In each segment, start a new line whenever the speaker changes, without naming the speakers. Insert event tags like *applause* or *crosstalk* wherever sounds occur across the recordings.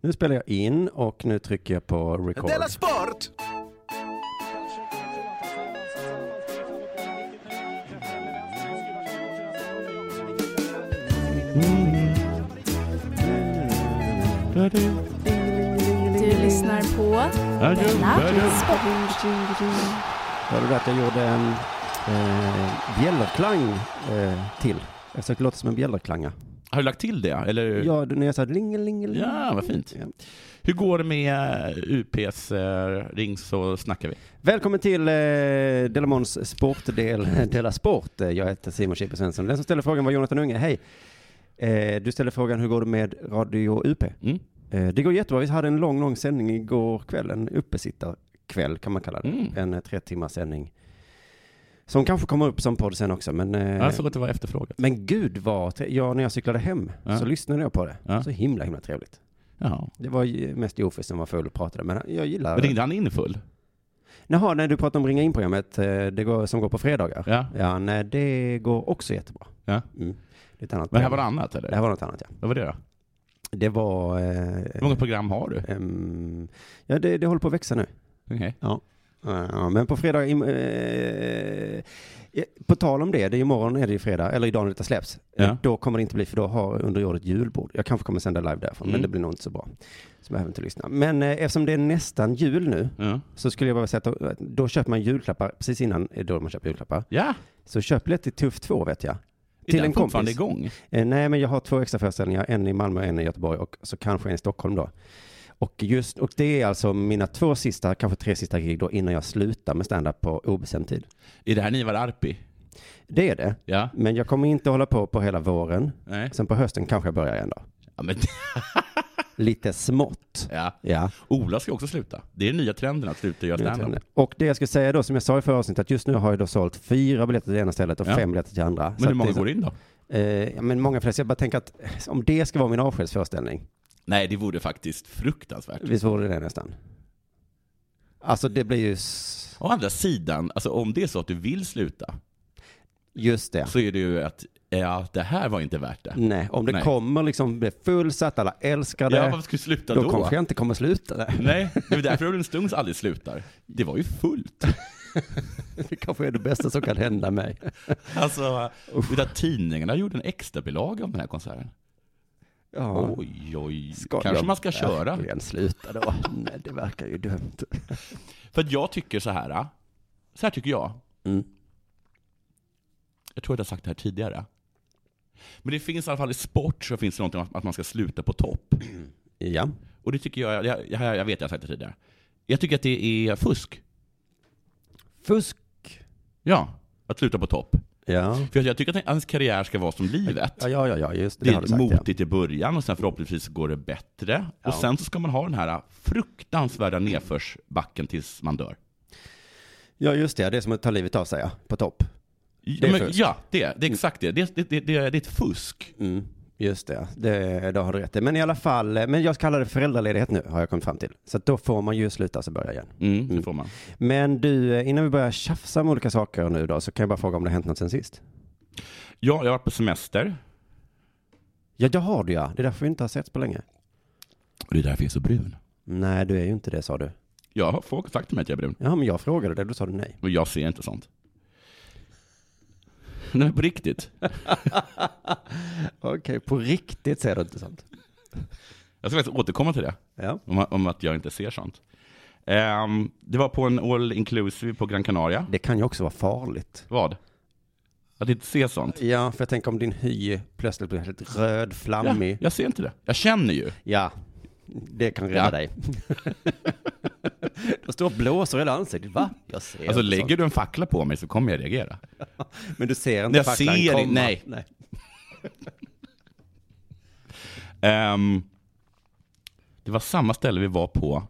Nu spelar jag in och nu trycker jag på record.
Della Sport!
Du lyssnar på Della Sport.
Hörde du att jag gjorde en eh, bjällerklang eh, till? Jag försökte låta som en bjällerklanga.
Har du lagt till det? Eller?
Ja, när jag sa lingelingeling.
Ja, vad fint.
Ja.
Hur går det med eh, UPs eh, ring så snackar vi?
Välkommen till eh, Delamons sportdel, Della Sport. Eh, Jag heter Simon Chippe Svensson. Den som ställer frågan var Jonathan Unge. Hej! Eh, du ställer frågan hur går det med Radio UP?
Mm.
Eh, det går jättebra. Vi hade en lång, lång sändning igår kväll. En uppesittarkväll kan man kalla det.
Mm.
En eh, tre timmars sändning. Som kanske kommer upp som podd sen också. Men, eh,
Jag såg att det var efterfrågat.
men gud vad, tre- ja, när jag cyklade hem
Ja.
så lyssnade jag på det.
Ja.
Så himla, himla trevligt.
Jaha.
Det var ju mest Joffe som var full och pratade, men jag gillar det.
Ringde han in full?
Jaha, nej, du pratar om ringa in-programmet eh, det går, som går på fredagar.
Ja.
Ja, nej, det går också jättebra.
Ja.
Mm. Det är ett annat
Men det här var
program.
något annat eller?
det här var något annat, ja.
Vad var det då?
Det var... Eh,
Hur många program har du?
ehm, ja, det, det håller på att växa nu.
Okej.
Ja, men på fredag, im- eh, eh, på tal om det, det är imorgon är det ju fredag, eller idag när detta släpps.
Ja.
Eh, Då kommer det inte bli, för då har Underjord ett julbord. Jag kanske kommer sända live därifrån,
Mm.
men det blir nog inte så bra. Så behöver inte lyssna. Men eh, eftersom det är nästan jul nu,
Ja.
så skulle jag bara säga att då, då köper man julklappar, precis innan är då man köper julklappar.
ja.
Så köp lite till Tuff 2 vet jag.
Är
Till
den
en
fortfarande
kompis.
igång?
Eh, nej, men jag har två extra föreställningar, en i Malmö och en i Göteborg och så kanske en i Stockholm då. Och, just, och det är alltså mina två sista, kanske tre sista gig då innan jag slutar med stand-up på obestämd tid.
Är det här Nivar Arpi?
Det är det.
Ja.
Men jag kommer inte hålla på på hela våren.
Nej.
Sen på hösten kanske jag börjar igen då.
Ja, men,
Lite smått.
ja.
Ja.
Ola ska också sluta. Det är den nya trenden att sluta göra standup.
Och det jag ska säga då, som jag sa i förra avsnittet, att just nu har jag då sålt fyra biljetter till det ena stället och
Ja.
fem biljetter till andra.
Men hur många går in då?
Eh, ja, men många flesta, jag bara tänker att om det ska vara min avskedsföreställning,
Nej, det vore faktiskt fruktansvärt.
visst vore det nästan? Alltså det blir ju, s-
Å andra sidan, alltså om det är så att du vill sluta,
just det.
så är det ju att ja, det här var inte värt det.
Nej, om det
Nej.
kommer liksom bli fullsatt, alla älskar Mm. det,
Ja, varför skulle du sluta
då,
då?
kanske jag inte kommer sluta. Det. *laughs*
Nej, det är därför Rolling Stones aldrig slutar. Det var ju fullt.
det kanske är det bästa som kan hända mig.
Alltså, utan tidningarna gjorde en extra bilaga om den här konserten.
Ja.
Oj, oj.
Ska
Kanske
jag
man ska köra.
verkligen sluta då? Nej, det verkar ju dumt.
För att jag tycker så här. Så här tycker jag.
Mm.
Jag tror att jag har sagt det här tidigare. Men det finns i alla fall i sport så finns det någonting om att man ska sluta på topp.
Ja,
Och det tycker jag, jag, jag, jag vet att jag har sagt det tidigare. Jag tycker att det är fusk.
fusk.
Ja, att sluta på topp.
Ja,
För jag, jag tycker att ens karriär ska vara som livet.
ja, ja, ja, ja just det.
Det
det har du
är
sagt, ja.
motigt i början och sen förhoppningsvis går det bättre.
Ja.
Och sen så ska man ha den här fruktansvärda nedförsbacken tills man dör.
ja, just det. Det är som att ta livet av sig, ja. På topp.
Ja,
Det är
men,
fusk.
ja, det, det är exakt det. Det, det, det, det är ett fusk.
Mm, just det. det, då har du rätt i. Men i alla fall, eh, men jag kallar det föräldraledighet nu har jag kommit fram till. Så att då får man ju sluta så börja igen.
Mm, det får man.
Men du, eh, innan vi börjar tjafsa om olika saker nu då, så kan jag bara fråga om det har hänt något sen sist?
Ja, jag har varit på semester.
Ja, det har du ja. Det är därför vi inte har setts på länge.
Och det är därför jag är så brun.
Nej, du är ju inte det sa du.
Jag har folk har sagt till mig att jag är brun.
Ja, men jag frågade det, då sa du nej.
Men jag ser inte sånt. Nej, men på riktigt.
Okej, på riktigt säger du inte sånt.
Jag ska faktiskt återkomma till det.
Ja.
Om, om att jag inte ser sånt. Ehm, det var på en all inclusive på Gran Canaria.
Det kan ju också vara farligt.
Vad? Att inte se sånt.
Ja, för jag tänker om din hy plötsligt blir helt röd, flammig. Ja.
Jag ser inte det. Jag känner ju.
Det kan rädda *laughs*
Ja.
dig. Då står och blåser i hela ansiktet. Va? Jag ser
Alltså
inte
lägger du en fackla på mig så kommer jag reagera.
sånt. Men du ser inte
Jag
facklan
ser
komma.
inte- nej.
nej.
Ehm, det var samma ställe vi var på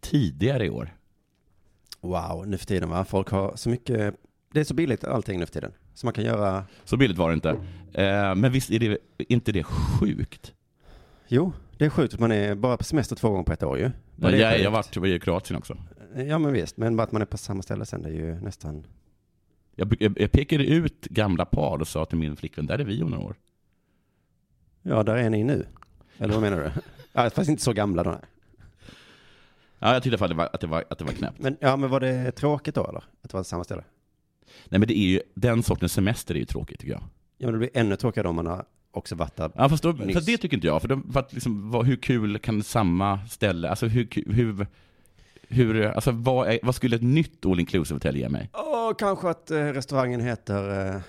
tidigare i år.
Wow, nu för tiden va? Folk har så mycket. Det är så billigt allting nu för tiden. Så man kan göra.
Så billigt var det inte. Ehm, men visst är det inte det sjukt?
Jo, det är sjukt att man är bara på semester två gånger på ett år ju. Vad det är
jag, jag
sjukt.
var i Kroatien också.
Ja, men visst. Men bara att man är på samma ställe sen, det är ju nästan.
Jag, jag, jag pekade ut gamla par och sa till min flickvän, där är vi om några år.
*laughs* Ja, där är ni nu. Eller vad menar du? Ja, fast inte så gamla då. nej.
Ja, jag tyckte i alla fall det var, att, det var, att det var knäppt.
Men, ja, men var det tråkigt då eller? Att det var samma ställe?
Nej men det är ju, den sortens semester är ju tråkigt tycker jag.
Ja, men det blir ännu tråkigare om man har också varit där.
Ja fast då,
Nyss.
för det tycker inte jag, för, de, för att liksom, vad, hur kul kan samma ställe, alltså hur, ku- hur, hur alltså vad, är, vad skulle ett nytt all inclusive hotell ge mig?
Åh, kanske att eh, restaurangen heter... Eh,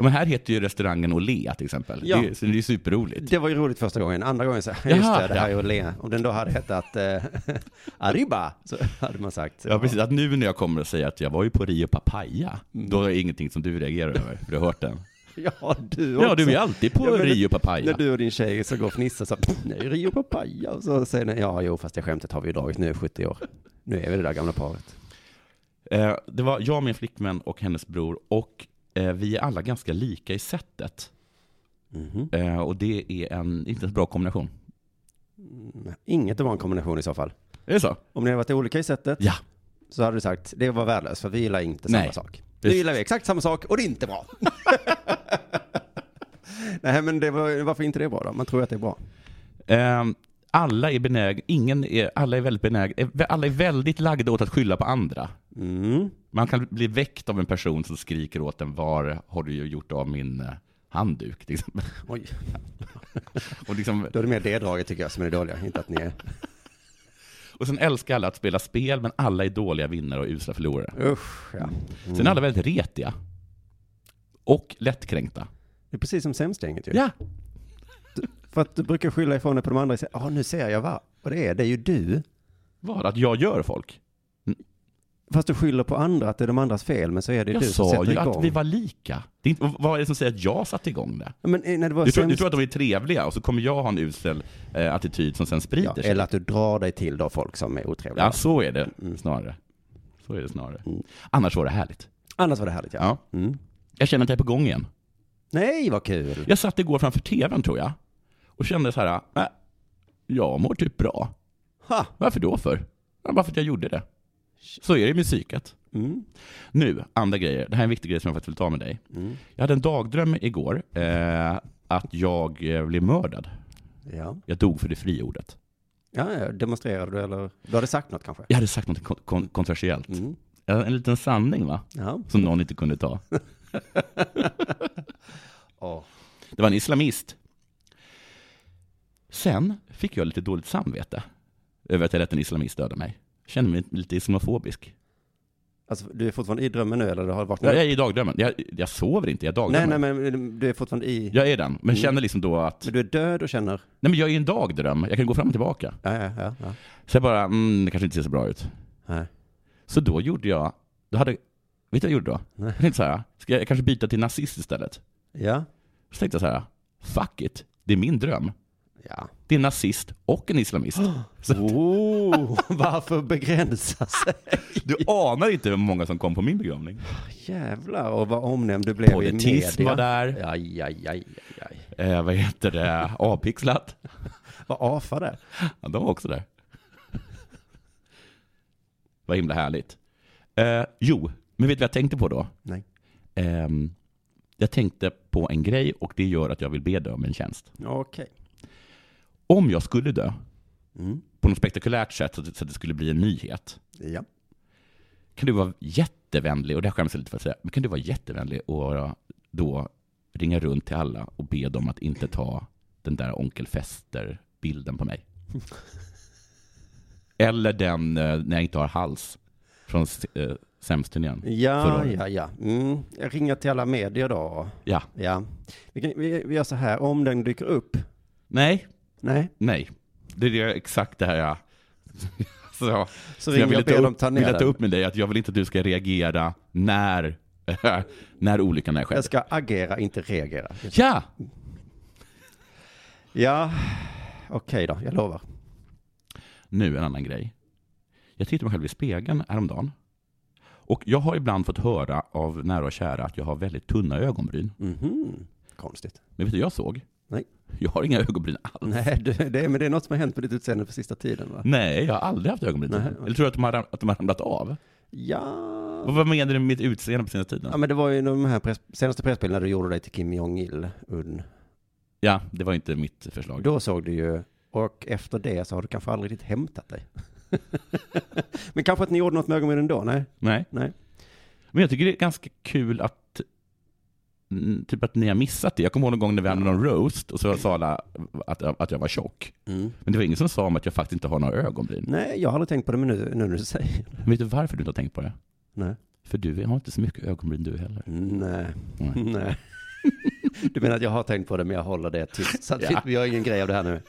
Ja, men här heter ju restaurangen Olea till exempel,
Ja.
det, är ju- så det är ju superroligt.
det var ju roligt första gången. Andra gången så, just
Jaha,
det, det här
ja.
är Olé. Om den då hade hetat eh, *laughs* Arriba, så hade man sagt.
Ja precis, att nu när jag kommer och säger att jag var ju på Rio Papaya,
Mm.
då är det ingenting som du reagerar över, för du har
*laughs*
hört den.
Ja, du också.
Ja, du är alltid på
Ja, men-
Rio Papaya.
När du och din tjej så går och fnissar så här, nej, Rio Papaya. Och så säger ni, ja, jo, fast det skämtet har vi ju dragit, nu är jag 70 år. Nu är vi det där gamla paret.
Eh, det var jag, min flickvän och hennes bror och eh, vi är alla ganska lika i sättet.
Mhm.
Eh, och det är en inte en bra kombination.
Mm, Inget var en kombination i så fall.
Är det så?
Om ni hade varit olika i sättet
Ja.
så hade du sagt, det var värdelöst, för vi gillar inte samma
Nej.
sak. Nu
Just-
gillar vi exakt samma sak och det är inte bra. *laughs* Nej, men det var, varför inte det bra då? Man tror att det är bra.
Eh, alla är benäg, ingen är, alla är väldigt benäg, eh, alla är väldigt lagda åt att skylla på andra.
Mm.
Man kan bli väckt av en person som skriker åt en, var har du gjort av min eh, handduk? till exempel.
Oj,
*laughs* Och, liksom,
då är det mer det draget tycker jag som är det dåliga, inte att ni är...
och sen älskar alla att spela spel, men alla är dåliga vinnare och usla förlorare.
Usch, ja.
Sen är alla väldigt retiga. Och lättkränkta.
Det är precis som sämstgänget ju.
Ja,
För att du brukar skylla ifrån dig på de andra. och säga, Ja, nu ser jag vad och det är. Det är ju du.
vad? Att jag gör folk?
Fast du skyller på andra, att det är de andras fel, men så är det ju
Jag
du som
sa
sätter
ju
igång.
att vi var lika. Det är inte, vad är det som säger att jag satte igång det?
Men eh, när det var
Du tror, du
sämst-
tror att de är trevliga och så kommer jag ha en usel eh, attityd som sen sprider
ja,
sig?
Eller att du drar dig till då folk som är otrevliga.
Ja, så är det snarare. Så är det snarare.
Mm.
Annars var det härligt.
Annars var det härligt, ja.
Ja.
Mm.
Jag känner att jag är på gång igen.
Nej, vad kul.
Jag satt igår framför tvn tror jag och kände så här, äh, jag mår typ bra.
Ha.
Varför då för? Ja, bara för att jag gjorde det. Så är det med psyket.
Mm.
Nu, andra grejer. Det här är en viktig grej som jag faktiskt vill ta med dig.
Mm.
Jag hade en dagdröm igår eh, att jag eh, blev mördad.
Ja.
Jag dog för det fria ordet.
ja, ja, demonstrerade du eller? Du hade sagt något kanske?
Jag hade sagt något kon- kon- kontroversiellt.
Mm.
En, en liten sanning va?
Ja.
Som någon inte kunde ta.
*laughs* Ja.
Det var en islamist. Sen fick jag lite dåligt samvete över att jag lät en islamist döda mig. Jag kände mig lite islamofobisk.
Alltså, du är fortfarande i drömmen nu eller du har vaknat
Jag, jag
upp?
är i dagdrömmen. Jag, jag sover inte, jag
Nej,
dagdrömmer.
nej, men du är fortfarande i...
Jag är den, men känner liksom då att
Men du är död och känner...
nej men jag är i en dagdröm, jag kan gå fram och tillbaka.
Ja, ja, ja. ja.
Så jag bara, mm, det kanske inte ser så bra ut.
Nej.
Så då gjorde jag, då hade, vet du vad jag gjorde då?
Nej.
Jag tänkte så här, ska jag kanske byta till nazist istället?
Ja.
Så tänkte jag så här, fuck it, det är min dröm.
Ja.
Det är en nazist och
*gasps*
en islamist.
Oh, *laughs* varför begränsa
Ah.
sig?
Du anar inte hur många som kom på min begravning.
Ah, Jävlar, och vad omnämnd du blev i
Politism
media.
var där,
Aj, aj, aj, aj, aj.
eh, vad heter det, Avpixlat.
Vad afa det.
Ja, de var också där. *laughs* Vad himla härligt. Eh, jo, men vet du vad jag tänkte på då?
Nej.
Ehm, jag tänkte på en grej och det gör att jag vill be dig om en tjänst.
Okej.
Om jag skulle dö,
Mm.
på något spektakulärt sätt så att så att det skulle bli en nyhet,
Ja.
kan du vara jättevänlig, och det här skäms jag lite för att säga, men kan du vara jättevänlig och då ringa runt till alla och be dem att inte ta den där onkel Fester-bilden
*laughs*
på mig? Eller den eh, när jag inte har hals från eh, Sämst-turnén. Förra
Ja,
året.
ja, ja. Mm. Jag ringer till alla medier då.
Ja.
Ja. Vi, kan, vi, vi gör så här, om den dyker upp.
Nej,
Nej.
nej. Det är det- exakt det här jag... *laughs* Så,
Så
så jag
ringer
vill
jag och ber
inte
dem
upp,
ta
vill
ner
jag ta
den.
upp med dig att jag vill inte att du ska reagera när, *laughs* när olyckan är skedd.
Jag ska agera, inte reagera.
Ja!
Ja, okej då, jag lovar.
Nu en annan grej. Jag tittade mig själv i spegeln häromdagen. Och jag har ibland fått höra av nära och kära att jag har väldigt tunna ögonbryn.
Mhm. Konstigt.
Men vet du vad jag såg?
Nej.
Jag har inga ögonbryn alls.
Nej, du, det, är- men det är något som har hänt med ditt utseende på sista tiden va?
Nej, jag har aldrig haft ögonbryn.
Nej.
Eller tror du att de har, ram- att de har ramlat av?
Ja.
Vad menar du med mitt utseende på sina
Ja
tiden?
men det var ju de här press, senaste pressbilderna du gjorde dig till Kim Jong-Il, Un.
Ja, det var inte mitt förslag.
Då såg du ju Och efter det så har du kanske aldrig riktigt hämtat dig. *laughs* Men kanske att ni gjorde något med ögonbrynen då? Nej?
Nej.
Nej.
Men jag tycker det är ganska kul att mm, Typ att ni har missat det. Jag kommer ihåg någon gång när vi hade någon roast och så sa alla att, att jag var tjock. Men det var ingen som sa om att jag faktiskt inte har några ögonbryn.
Nej, jag har aldrig tänkt på det, men nu, nu när du säger det.
Vet du varför du inte har tänkt på det?
Nej.
För du har inte så mycket ögonbryn du heller.
Nej.
Nej.
*laughs* Nej. Du menar att jag har tänkt på det, men jag håller det tyst. Så att
Ja.
vi har ingen grej av det här nu.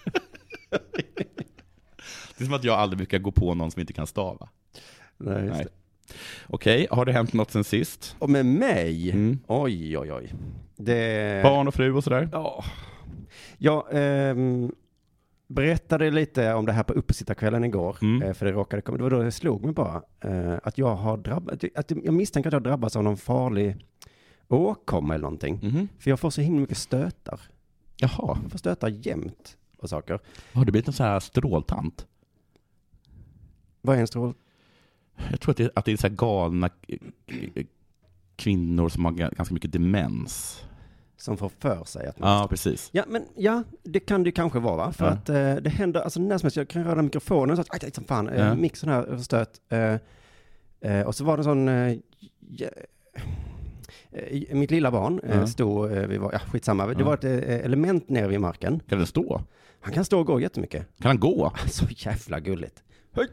Det är som att jag aldrig brukar gå på någon som inte kan stava.
Nej, just
Nej.
Det.
Okej, har det hänt något sen sist?
Och med mig?
Mm.
Oj, oj, oj. Det...
Barn och fru och sådär?
Ja. Jag ehm, berättade lite om det här på uppesittarkvällen igår,
Mm.
eh, för det råkade komma, det var då det slog mig bara, eh, att jag har drabbat, att jag misstänker att jag drabbas av någon farlig åkomma eller någonting.
Mhm.
För jag får så himla mycket stötar.
Jaha,
Jag får stötar jämt och saker.
har du blivit en sån här stråltant?
Vad är en strål?
Jag tror att det, att det är så här galna eh, eh, kvinnor som har ga- ganska mycket demens.
Som får för sig att man...
Ja, precis.
Ja, men ja, det kan det ju kanske vara, va? För
Ja.
att eh, det händer, alltså när som helst, jag kan röra mikrofonen så att, aj, aj, som fan,
Ja.
eh, mixen här eh, stöt. Eh, eh, och så var det en sån, eh, ja, eh, mitt lilla barn eh,
Ja.
stod, eh, vi var, ja, skitsamma, det
Ja.
var ett eh, element nere vid marken.
Kan den stå?
Han kan stå och gå jättemycket.
Kan den gå?
*laughs* Så jävla gulligt. *laughs* Hej,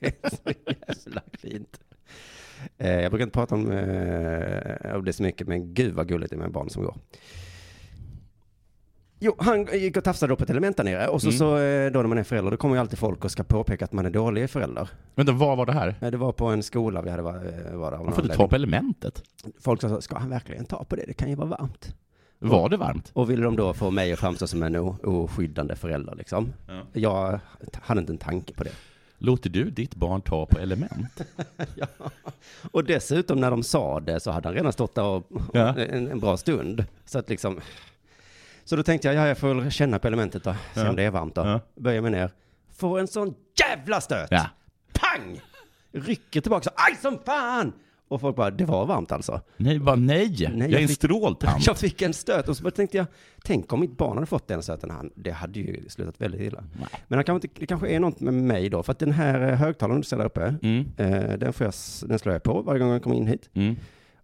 hej, hej, hej, hej. så jävla fint. Eh, Jag brukar inte prata om, eh, om det så mycket, men gud vad gulligt det är med barn som går. Jo, han gick och tafsade då på ett element där nere. Och så,
Mm.
så eh, då när man är förälder, då kommer ju alltid folk och ska påpeka att man är dålig förälder.
Vänta, vad var det här?
Eh, Det var på en skola vi hade varit var där. av någon
Man får inte ta
anledning.
på elementet.
Folk sa, så, ska han verkligen ta på det? Det kan ju vara varmt.
Var det varmt?
Och ville de då få mig att framstå som en o- oskyddande förälder liksom.
Ja.
Jag hade inte en tanke på det.
Låter du ditt barn ta på element?
Ja. Och dessutom när de sa det så hade han redan stått där och,
Ja.
en, en bra stund. Så att liksom, så då tänkte jag, ja jag får väl känna på elementet då, se
Ja.
om det är varmt då.
Ja.
Böjer mig ner, får en sån jävla stöt!
Ja.
Pang! Rycker tillbaka, så, aj som fan! Och folk bara, det var varmt alltså.
Nej, bara nej.
jag
jag, är en
fick-
*laughs* stråltant.
Jag fick en stöt och så bara tänkte jag, tänk om mitt barn hade fått den stöten, han, det hade ju slutat väldigt illa.
Nej.
Men han kanske inte, det kanske är något med mig då, för att den här eh, högtalaren du ställer uppe,
Mm.
eh, den, får jag, s- den slår jag på varje gång jag kommer in hit.
Mm.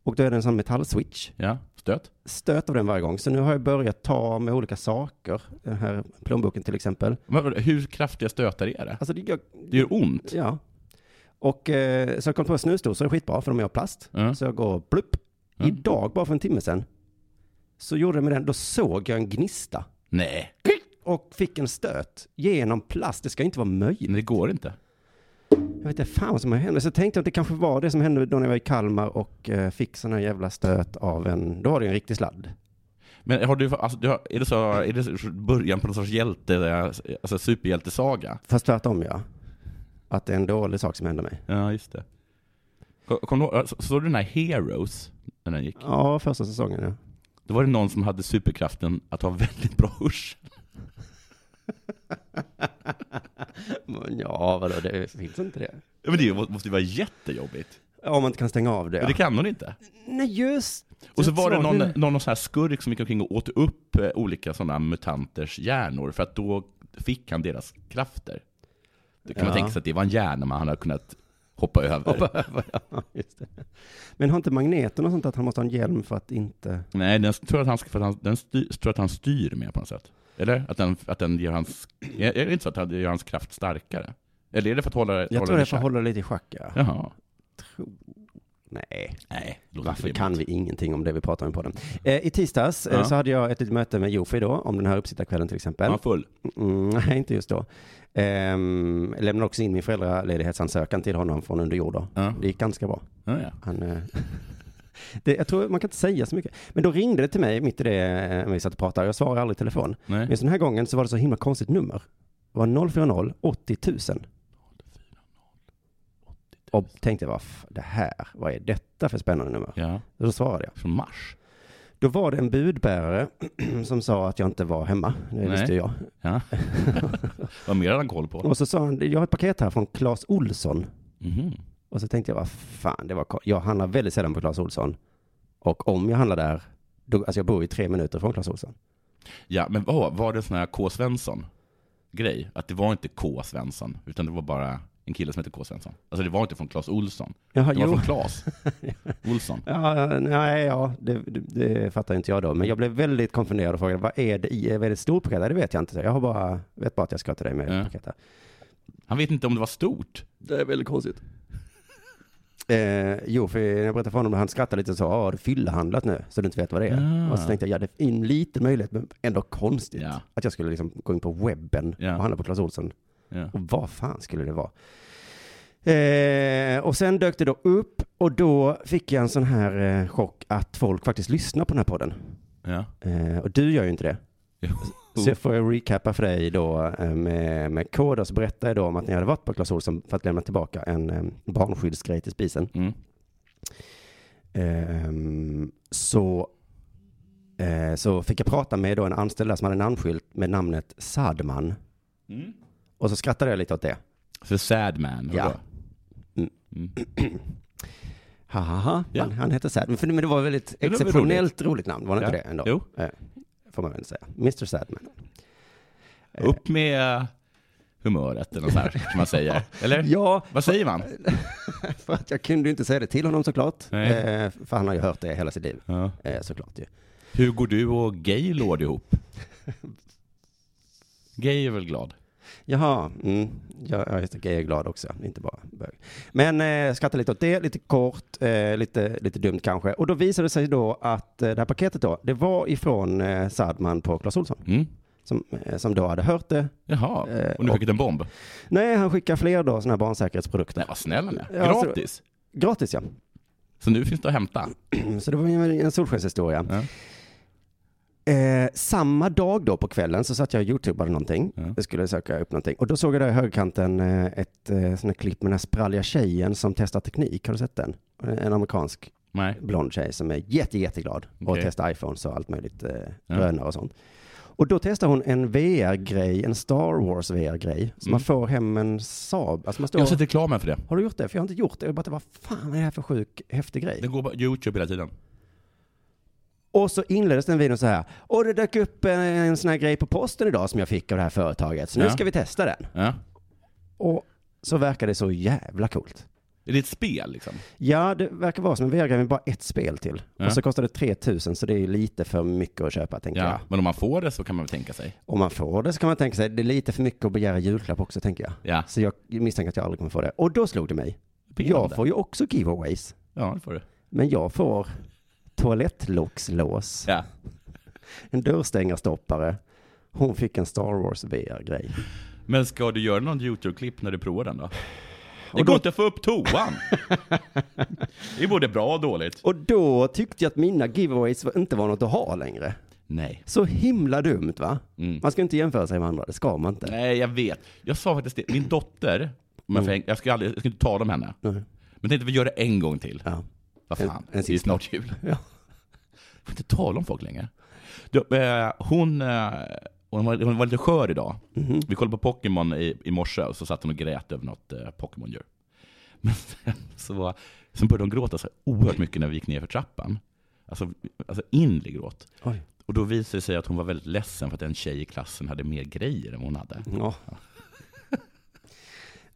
Och då är det en sån metallswitch.
Ja, stöt.
Stöt av den varje gång. Så nu har jag börjat ta med olika saker. Den här plånboken till exempel.
Men Hur kraftiga stötar är det?
Alltså det gör,
Det gör ont.
ja. Och eh, så jag kom på att snusdosor är skitbra för de är av plast.
Ja.
Så jag går plupp.
Ja.
Idag, bara för en timme sedan, så gjorde jag med den, då såg jag en gnista.
Nej,
Och fick en stöt genom plast. Det ska inte vara möjligt.
det går inte.
Jag vet inte fan vad som har hänt. Men Så tänkte jag att det kanske var det som hände då när jag var i Kalmar och eh, fick sån här jävla stöt av en, då var det en riktig sladd.
Men har du, alltså, du har, är, det så, är det så- början på någon sorts hjälte, alltså superhjältesaga?
Fast tvärtom ja. Att det är en dålig sak som händer mig.
Ja, just det. Kom, kom, du ihåg- alltså, så- såg du den här Heroes, när den gick?
Ja, första säsongen ja.
Då var det någon som hade superkraften att ha väldigt bra hörsel.
*laughs* Men Ja, vadå, det finns inte det.
Ja, men det må- måste ju vara jättejobbigt.
Om man inte kan stänga av det.
Men det kan hon inte.
Nej, just.
Och så
Jag
var det
såg
någon, någon, någon sån här skurk som gick omkring och åt upp eh, olika sådana mutanters hjärnor, för att då fick han deras krafter. Då kan
Ja.
man tänka sig att det var en hjärna man hade kunnat hoppa över.
*laughs* Ja, just det. Men har inte magneten och sånt att han måste ha en hjälm för att inte...
Nej, den tror att han, ska, för att han, den styr, tror att han styr med på något sätt. Eller? Att den, att den gör hans... Är är det inte så att han gör hans kraft starkare? Eller är det för att hålla hålla
Jag
den
tror
i
det får
schack?
hålla det lite i schack, ja.
Jaha.
Nej,
Nej, det låter
varför
inte
kan vi
rimligt.
ingenting om det vi pratar om i podden? Eh, I tisdags eh,
Ja.
så hade jag ett litet möte med Jofi då, om den här uppsittarkvällen till exempel.
Han var full.
Mm, *laughs* nej, inte just då. Ehm, jag lämnade också in min föräldraledighetsansökan till honom från under jord då.
Ja.
Det gick ganska bra.
Ja, ja.
Han, eh, *laughs* det, jag tror man kan inte säga så mycket. Men då ringde det till mig mitt i det eh, när vi satt och pratade. Jag svarade aldrig i telefon.
Nej.
Men så den här gången så var det så himla konstigt nummer. Det var 040 80 000. Och tänkte vad f- det här, vad är detta för spännande nummer?
Ja,
Och Då svarade jag.
från Mars.
Då var det en budbärare *clears throat* som sa att jag inte var hemma. Det
Nej.
visste jag.
Ja. Vad mer hade han koll på?
Och så sa han, jag har ett paket här från Claes Olsson.
Mhm.
Och så tänkte jag, vad fan, det var ko- Jag handlar väldigt sällan på Clas Ohlson. Och om jag handlar där, då, alltså jag bor ju tre minuter från Clas Ohlson.
Ja, men vad var det en sån här K. Svensson-grej? Att det var inte K. Svensson, utan det var bara en kille som hette K. Svensson. Alltså det var inte från Claes Olsson.
Jaha,
Det var
jo. *laughs*
från Claes Olsson.
Ja, nej, ja, det, det, det fattar inte jag då. Men jag blev väldigt konfunderad och frågade, vad är det i, vad är det stort paket? Nej, Det vet jag inte. Jag har bara, vet bara att jag ska till dig med
Ja.
paket här.
Han vet inte om det var stort.
Det är väldigt konstigt. Eh, jo, för när jag berättade för honom, han skrattade lite och sa, "Ja, har du fyllehandlat nu? Så du inte vet vad det är.
Ah.
Och så tänkte jag, ja, det är en liten möjlighet, men ändå konstigt.
Ja.
Att jag skulle liksom gå in på webben
Ja.
och handla på Clas Ohlson.
Ja.
Och vad fan skulle det vara? Eh, och sen dök det då upp och då fick jag en sån här eh, chock att folk faktiskt lyssnar på den här podden.
Ja.
Eh, och du gör ju inte det.
Jo.
Så jag får jag recappa för dig då eh, med, med kod och så berättar jag då om att ni hade varit på Clas Ohlson för att lämna tillbaka en eh, barnskyddsgrej till spisen.
Mm.
Ehm, så, eh, så fick jag prata med då en anställd där som hade en namnskylt med namnet Sadman.
Mm.
Och så skrattade jag lite åt det.
För Sad Man.
Ja.
vadå?
Mm.
Mm.
Ha, ha, ha.
Ja.
Han, han hette Sadman. För, men det var ett väldigt
var väl
exceptionellt roligt namn, var det inte
Ja.
det ändå?
Jo,
Får man väl säga. Mr Sadman.
upp med humöret eller något sånt här, som man säger. Eller?
*laughs* Ja,
Vad säger man?
för att jag kunde ju inte säga det till honom såklart.
Nej.
Eh, för han har ju hört det hela sitt liv.
Ja.
Eh, såklart ju.
Hur går du och
*laughs*
Gaylord ihop? Gay är väl glad?
Jaha, mm. ja, ja, just det, jag är glad också, inte bara bög. Men eh, skratta lite åt det, lite kort, eh, lite, lite dumt kanske. Och då visade det sig då att eh, det här paketet då, det var ifrån eh, Sadman på Clas Ohlson,
Mm.
som, eh, som då hade hört det.
Jaha,
Eh,
och nu
och-
fick du en bomb?
Nej, han skickar fler då sådana här barnsäkerhetsprodukter.
Nej, vad snäll han är.
Ja, alltså-
Gratis.
Gratis ja.
Så nu finns det att hämta.
*clears throat* Så det var ju en solskenshistoria.
Ja.
Eh, samma dag då på kvällen så satt jag och youtubade någonting.
Ja.
Jag skulle söka upp någonting. Och då såg jag där i högerkanten eh, ett eh, sånt här klipp med den här spralliga tjejen som testar teknik. Har du sett den? Eh, En amerikansk
Nej.
blond tjej som är jätte, jätteglad och
Okej.
testar iPhones och allt möjligt, eh,
Ja.
drönare och sånt. Och då testar hon en VR-grej, en Star Wars VR-grej. Så man
Mm.
får hem en Saab. Alltså man
Jag har
står...
sett reklamen för det.
Har du gjort det? För jag har inte gjort det. Jag bara, vad fan vad är det här för sjuk, häftig grej?
Den går på YouTube hela tiden.
Och så inleddes den videon så här. Och det dök upp en, en sån här grej på posten idag som jag fick av det här företaget. Så nu
Ja.
ska vi testa den.
Ja.
Och så verkar det så jävla coolt.
Är det ett spel liksom?
Ja, det verkar vara som en VR-grej med bara ett spel till.
Ja.
Och så kostar det 3000 så det är ju lite för mycket att köpa tänker jag.
Ja. Men om man får det så kan man väl tänka sig?
Om man får det så kan man tänka sig, det är lite för mycket att begära julklapp också tänker jag.
Ja.
Så jag misstänker att jag aldrig kommer få det. Och då slog det mig.
Be om
Jag
det.
får ju också giveaways.
Ja, det får du.
Men jag får toalettlockslås,
Ja.
en dörrstängarstoppare. Hon fick en Star Wars VR-grej.
Men ska du göra någon YouTube-klipp när du provar den då? Det
då-
går inte att få
*laughs*
upp toan! det är både bra och dåligt.
Och då tyckte jag att mina giveaways var- inte var något att ha längre.
Nej.
Så himla dumt va?
Mm.
Man ska inte jämföra sig med andra, det ska man inte.
Nej, jag vet. Jag sa faktiskt det. Min dotter, om jag, får häng- jag, ska aldrig, jag ska inte tala om henne.
Mm. Nej.
Men tänkte vi gör det en gång till.
Ja.
Vad
En-
fan,
en
det är
sista.
snart jul.
Ja.
Jag får inte tala om folk längre. Du, eh, hon, eh, hon, var, hon var lite skör idag.
Mhm.
Vi kollade på Pokémon i, i morse och så satt hon och grät över något eh, Pokémon-djur. Men sen, så, var- sen började hon gråta så här oerhört mycket när vi gick ner för trappan. Alltså, alltså inlig gråt.
Oj.
Och då visade det sig att hon var väldigt ledsen för att en tjej i klassen hade mer grejer än vad hon hade.
Ja.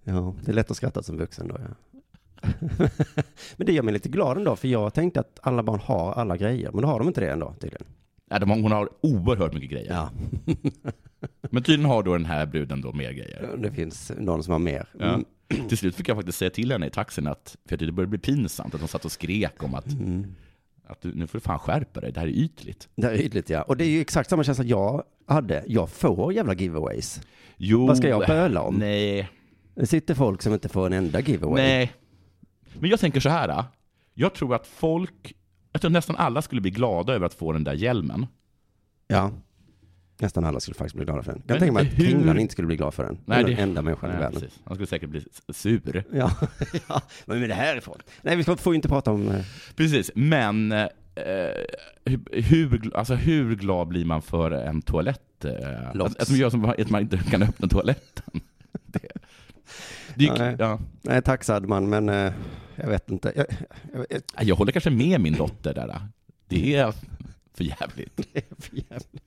ja, det är lätt att skratta som vuxen då. Ja. *laughs* Men det gör mig lite glad ändå, för jag tänkte att alla barn har alla grejer, men då har de inte det ändå tydligen.
Nej, de har- hon har oerhört mycket grejer. Men tydligen har då den här bruden då mer grejer.
Det finns någon som har mer. Mm,
Ja. Mm. *clears throat* Till slut fick jag faktiskt säga till henne i taxin att, för det började bli pinsamt, att hon satt och skrek om att,
Mm.
att du, nu får du fan skärpa dig, det här är ytligt.
Det är ytligt ja. Och det är ju exakt samma känsla jag hade. Jag får jävla giveaways.
Jo,
Vad ska jag böla om?
Oh. *laughs* Nej,
Det sitter folk som inte får en enda giveaway.
nej. Men jag tänker så här, då. jag tror att folk, jag tror nästan alla skulle bli glada över att få den där hjälmen.
Ja. Nästan alla skulle faktiskt bli glada för den. Jag kan tänka
Men
mig att
hur-
Kringlan inte skulle bli glad för den.
Nej,
Nej, den
det-
enda människan i
Nej,
världen.
precis. Han skulle säkert bli s- sur.
Ja, *laughs* ja, men med det här ifrån. Nej, vi ska- får ju inte prata om... eh,
Precis, men eh, hur, hur, gl- alltså, hur glad blir man för en toalett? Eh, att,
Lots.
att, man gör som, att man inte kan öppna toaletten. *laughs* Det, det är,
Nej.
ju- ja.
Nej, tack Sadman, men eh, jag vet inte. *laughs* Jag, jag, jag,
Nej, Jag håller kanske med min dotter där. Det är äh. för jävligt.
det är för jävligt.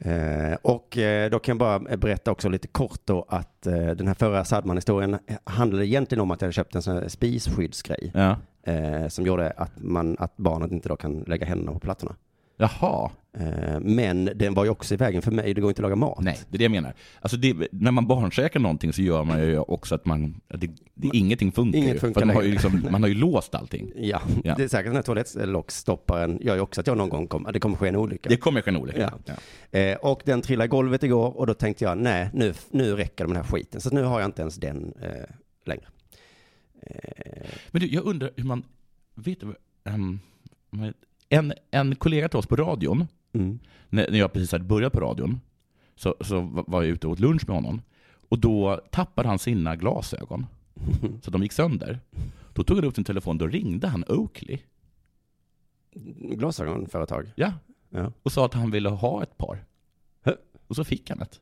Eh, och eh, då kan jag bara berätta också lite kort då att eh, den här förra Sadman-historien handlade egentligen om att jag hade köpt en sån här spisskyddsgrej
Ja.
eh, som gjorde att, man, att barnet inte då kan lägga händerna på plattorna.
Jaha.
Eh, men den var ju också i vägen för mig, det går inte att laga mat.
Nej, det är det jag menar. Alltså det, när man barnsäkrar någonting så gör man ju också att man, att det, det, ingenting funkar
Inget
ju.
funkar
för man har ju
längre.
liksom, man har ju låst allting.
Ja,
Ja.
det är säkert den här toalettlockstopparen gör ju också att jag någon gång kommer, det kommer ske en olycka.
Det kommer ske en olycka.
Ja. Eh, och den trillade i golvet igår och då tänkte jag, nej, nu, nu räcker det med den här skiten. Så att nu har jag inte ens den eh, längre. Eh,
Men du, jag undrar hur man, vet du, ehm, vad- en, en kollega till oss på radion,
mm. *laughs*
när när jag precis hade börjat på radion, så, så var jag ute och åt lunch med honom. Och då tappade han sina glasögon, så de gick sönder. Då tog han upp sin telefon, då ringde han Oakley.
Glasögonföretag
Ja.
Ja.
Och sa att han ville ha ett par.
Hä?
Och så fick han ett.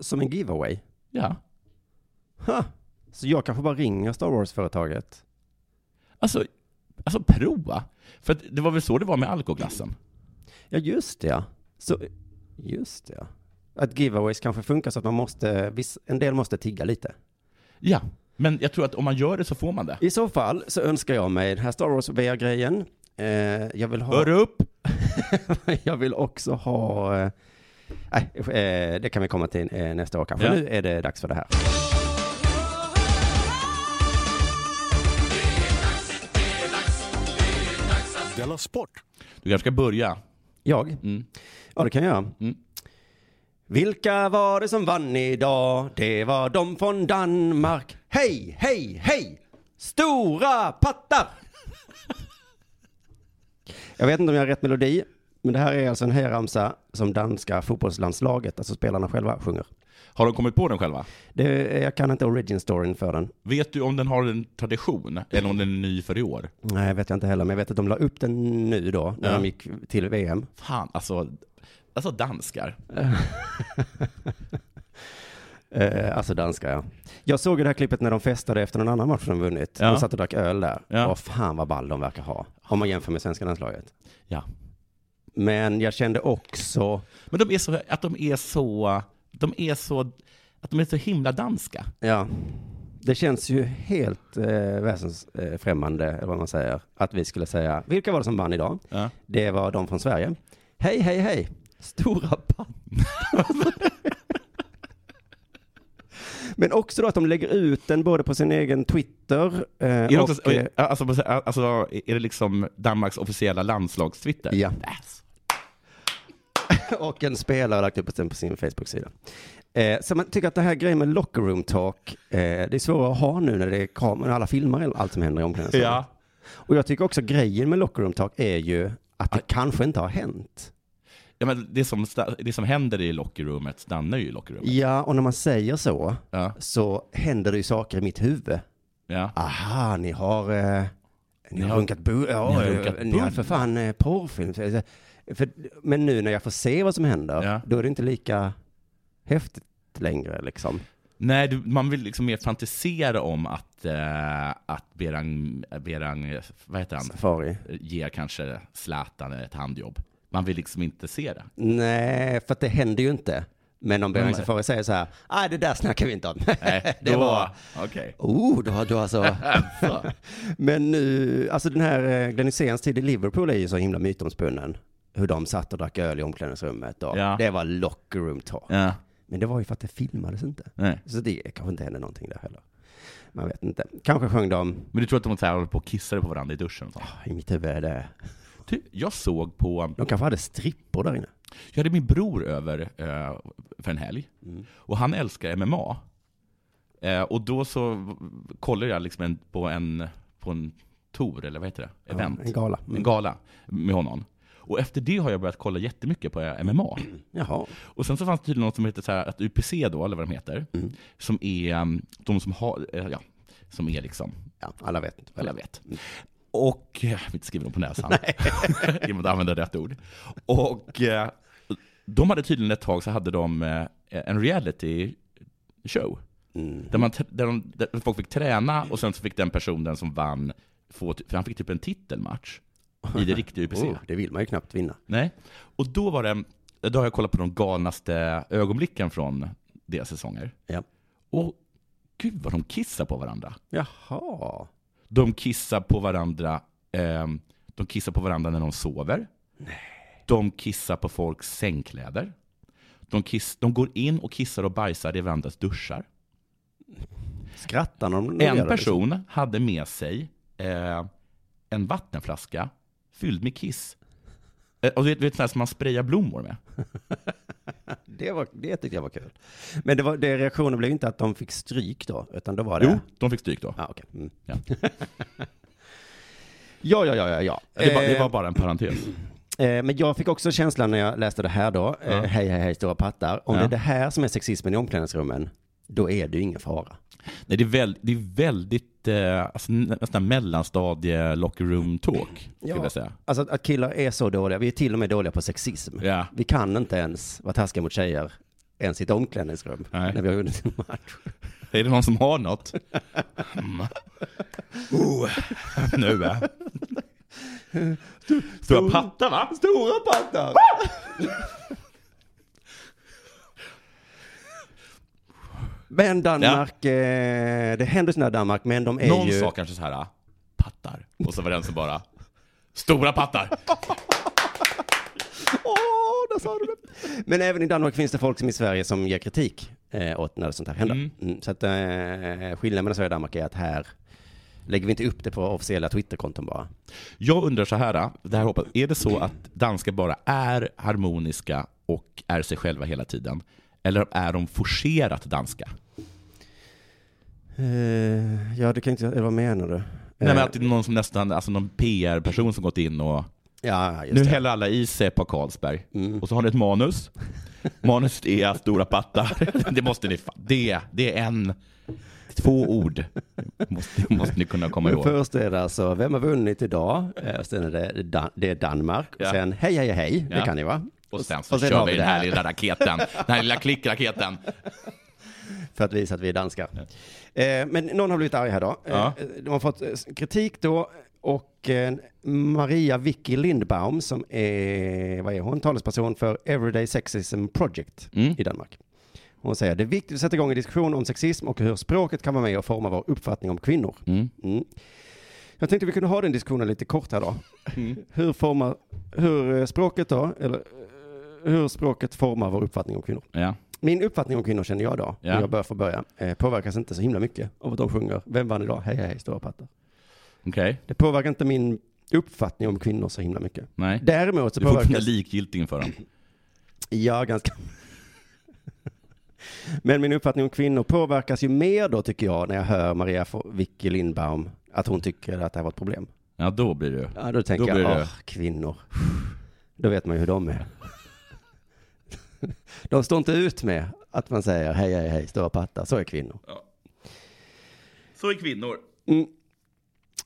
som en giveaway.
Ja.
Ha. Så jag kanske bara ringer Star Wars-företaget.
Alltså, alltså prova. För att det var väl så det var med alkoglassen?
Ja, just det. ja. Så, just det. ja. Att giveaways kanske funkar så att man måste, viss, en del måste tigga lite.
Ja. Men jag tror att om man gör det så får man det.
I så fall så önskar jag mig den här Star Wars VR-grejen. Eh, jag vill ha...
Hör upp!
*laughs* jag vill också ha... eh, Nej, eh, det kan vi komma till eh, nästa år kanske.
Ja.
Nu är det dags för det här.
Della Sport!
Du kanske ska börja?
Jag?
Mm.
Ja, det kan jag.
Mm.
Vilka var det som vann idag? Det var de från Danmark. Hej, hej, hej! Stora pattar! jag vet inte om jag har rätt melodi, men det här är alltså en hejramsa som danska fotbollslandslaget, alltså spelarna själva, sjunger.
Har de kommit på den själva?
Det, jag kan inte origin-storyn för den.
Vet du om den har en tradition? Eller om den är ny för i år?
Nej, vet jag inte heller, men jag vet att de la upp den nu då, när
Ja.
de gick till VM.
Fan, alltså, alltså danskar.
Eh, alltså danska, ja. Jag såg ju det här klippet när de festade efter någon annan match de vunnit.
Ja.
De satt och drack öl där.
Ja.
Åh, fan vad ball de verkar ha, om man jämför med svenska landslaget.
Ja.
Men jag kände också,
Men de är så, att de är så, de är så, att de är så himla danska.
ja, det känns ju helt eh, väsensfrämmande, eller vad man säger, att vi skulle säga, vilka var det som vann idag?
Ja.
Det var de från Sverige. Hej, hej, hej! Stora papp. Men också då att de lägger ut den både på sin egen Twitter eh,
Är det,
och...
också,
eh,
alltså, alltså, är det liksom Danmarks officiella landslagstwitter?
Ja.
Yes.
eh, Och en spelare har lagt upp den på sin Facebook-sida. Eh, så man tycker att det här grejen med locker room talk, eh, det är svårare att ha nu när det är kameror, alla filmar allt som händer i omklädningsrummet.
Ja.
Och jag tycker också grejen med locker room talk är ju att det kanske inte har hänt.
Ja, men det, som, sta- det som händer i lockerrummet stannar ju i lockerrummet.
Ja, och när man säger så,
Ja.
så händer det ju saker i mitt huvud.
Ja.
Aha, ni har... Eh, ni har
har-
runkat bu- ja,
ni
ni
har
har,
runkat
ni har
bull.
för fan eh, porrfilm. Så- så- För, men nu när jag får se vad som händer,
Ja.
då är det inte lika häftigt längre liksom.
Nej, du, man vill liksom mer fantisera om att, eh, att Berang, Berang, eh, vad heter han,
Safari.
ger kanske Zlatan ett handjobb. Man vill liksom inte
*laughs*
se det.
Nej, för att det händer ju inte. Men om Björn
Nej.
Safari säger så här, nej det där snackar vi inte om.
Nej,
*laughs* det var,
Okej.
oh, du har, du har så. *laughs* Men nu, alltså den här eh, Glenn Hyséns tid i Liverpool är ju så himla mytomspunnen. Hur de satt och drack öl i omklädningsrummet och
Ja.
det var locker room talk.
Ja.
Men det var ju för att det filmades inte.
Nej.
Så det kanske inte hände någonting där heller. Man vet inte. Kanske sjöng de,
Men du tror att de så här håller på och kissade på varandra i duschen? och sånt?
i mitt huvud är det,
Ty- Jag såg på,
de kanske hade strippor där inne.
jag hade min bror över eh, för en helg,
Mm.
och han älskar MMA. Eh, och då så kollade jag liksom en, på, en, på en tour, eller vad heter det? Event.
Ja, en gala. Mm.
en gala med honom. Och efter det har jag börjat kolla jättemycket på MMA.
Jaha.
Och sen så fanns det tydligen något som heter så här, att UPC då, eller vad de heter,
Mm.
som är um, de som har, eh, ja, som är liksom,
Ja, alla vet. inte.
alla vet. Och, eh, jag vill inte skriva dem på näsan, *laughs* jag måste använda rätt ord. Och eh, de hade tydligen ett tag så hade de eh, en reality show.
Mm.
Där, man, t- där, de, där folk fick träna och sen så fick den personen som vann, få, ty- för han fick typ en titelmatch i det riktiga UPC.
Oh, det vill man ju knappt vinna.
Nej. Och då var det, då har jag kollat på de galnaste ögonblicken från deras säsonger.
Ja.
Och gud vad de kissar på varandra.
Jaha.
De kissar på varandra, ehm, de kissar på varandra när de sover. De kissar på folks sängkläder. De, kiss, de går in och kissar och bajsar i varandras duschar.
Skrattar de?
En person hade med sig eh, en vattenflaska fylld med kiss. Eh, Och du vet, du vet sån här som man sprayar blommor med?
Det, var, det tyckte jag var kul. Men det var, det reaktionen blev inte att de fick stryk då, utan då var det...
Jo, de fick stryk då.
Ah, okay. mm.
Ja.
*laughs* ja, ja, ja, ja, ja.
Det, var, det
Eh,
var bara en parentes.
Eh, Men jag fick också känslan när jag läste det här då, eh,
Ja.
hej hej hej stora pattar, om
Ja.
det är det här som är sexismen i omklädningsrummen, då är det ju ingen fara.
Nej, det är, väl, det är väldigt, eh, alltså, nä- nästan mellanstadie locker room talk, skulle
Ja.
jag säga.
Alltså att, att killar är så dåliga, vi är till och med dåliga på sexism.
Ja.
Vi kan inte ens vara taskiga mot tjejer, ens i ett omklädningsrum,
Nej.
när vi har vunnit en match.
Är det någon som har något? Mm. Oh, nu eh. Stora patta va?
Stora pattar! Men Danmark, eh, det händer sådana här Danmark, men de är
Någon
ju...
sa kanske så här, ah, pattar. Och så var den som bara, stora pattar.
Åh, där sa du det. Men även i Danmark finns det folk som i Sverige som ger kritik eh, åt när sånt här händer. Mm.
Mm.
så att eh, skillnaden mellan Sverige och Danmark är att här lägger vi inte upp det på officiella Twitterkonton bara.
Jag undrar så här, det här hoppas, är det så att danskar bara är harmoniska och är sig själva hela tiden? Eller är de forcerat danska?
Eh, ja, du kan inte, eller vad menar du? Eh,
Nej men att det är någon som nästan, alltså någon PR-person som gått in och
Ja, just
Nu
det. Mm.
häller alla i sig på Carlsberg. Och så har ni ett manus. Manuset är
*laughs*
stora pattar. Det måste ni fa- det, det är en, två ord. Måste, måste ni kunna komma
Men
ihåg.
först är det alltså, vem har vunnit idag? Eh, sen är det, Dan- det är Danmark.
Ja.
Sen hej, hej, hej, det
Ja.
kan ni va?
Och sen så
och sen har
kör
vi
vi den
det
här
här.
lilla *laughs* raketen. Den här lilla klickraketen.
För att visa att vi är danskar. Eh, men någon har blivit arg här då. Eh,
Ja.
De har fått eh, kritik då. Och eh, Maria Vicky Lindbaum som är, vad är hon, talesperson för Everyday Sexism Project
Mm.
i Danmark. Hon säger det är viktigt att sätta igång en diskussion om sexism och hur språket kan vara med och forma vår uppfattning om kvinnor.
Mm.
Mm. Jag tänkte vi kunde ha den diskussionen lite kort här då.
Mm.
Hur formar, hur eh, språket då, eller eh, hur språket formar vår uppfattning om kvinnor.
Ja.
Min uppfattning om kvinnor känner jag då,
Ja.
när jag börjar få börja, eh, påverkas inte så himla mycket av att de sjunger Vem vann idag? Hej hej hej stora pattar.
Okej.
Det påverkar inte min uppfattning om kvinnor så himla mycket.
Nej.
Däremot så
Du är fortfarande
påverkas
likgiltig inför dem.
jag ganska... *laughs* Men min uppfattning om kvinnor påverkas ju mer då tycker jag när jag hör Maria Fo- Vicky Lindbaum att hon tycker att det här var ett problem.
Ja, då blir du.
Ja, då tänker
Då blir
jag,
det-
"Åh, kvinnor. Då vet man ju hur de är. *laughs* De står inte ut med att man säger hej, hej, hej, stora pattar. Så är kvinnor.
Så är kvinnor.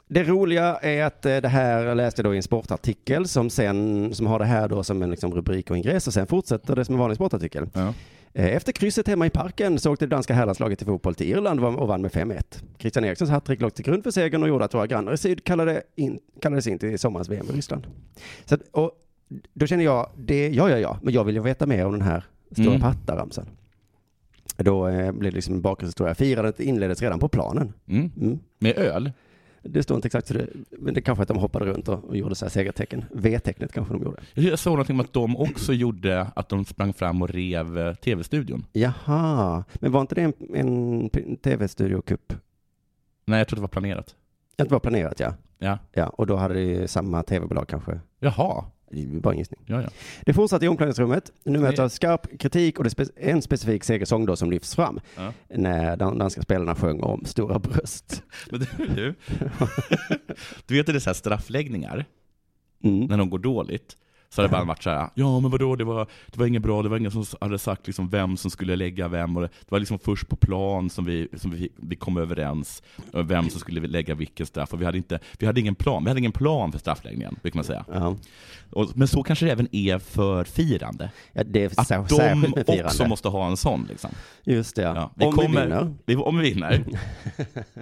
Det roliga är att eh, det här jag läste då i en sportartikel som sen, som har det här då som en liksom rubrik och ingress och sen fortsätter det som en vanlig sportartikel.
Ja.
Eh, Efter krysset hemma i parken så åkte det danska herrlandslaget i fotboll till Irland och vann med 5-1. Christian Erikssons hattrick låg till grund för segern och gjorde att våra grannar i syd kallade in, kallades in till sommarens VM i Ryssland. Så att, och då känner jag, det, ja, ja, ja, men jag vill ju veta mer om den här stora
Mm.
pattaramsan. Då eh, blev det liksom en bakgrundshistoria. Firandet inleddes redan på planen.
Mm.
Mm.
Med öl?
Det står inte exakt hur det, men det kanske att de hoppade runt och, och gjorde så här segertecken. V-tecknet kanske de gjorde.
Jag såg någonting om att de också gjorde att de sprang fram och rev eh, tv-studion.
Jaha, men var inte det en, en p- tv-studiokupp?
Nej, jag tror det var planerat.
Att det var planerat ja.
Ja.
Ja, och då hade det ju samma tv-bolag kanske.
Jaha.
Det är Bara en gissning.
Ja, ja.
Det fortsatte i omklädningsrummet. Nu möter skarp kritik och det är spe- en specifik segersång då som lyfts fram.
Ja.
När de danska spelarna sjöng om stora bröst.
Men du, du, *laughs* du vet att det är så här straffläggningar,
Mm.
när de går dåligt, så har det bara varit så här, ja men vadå, det var, det var inget bra, det var ingen som hade sagt liksom vem som skulle lägga vem, och det, det var liksom först på plan som vi, som vi, vi kom överens, om vem som skulle lägga vilken straff, och vi hade, inte, vi hade ingen plan, vi hade ingen plan för straffläggningen, brukar man säga.
Ja.
Och, men så kanske det även är för firande,
ja, det är
att
sär-
de
särskilt med firande.
också måste ha en sån liksom.
Just det, ja.
Ja, vi
om vi
kommer-
vinner. Mm.
Det var Om vi vinner,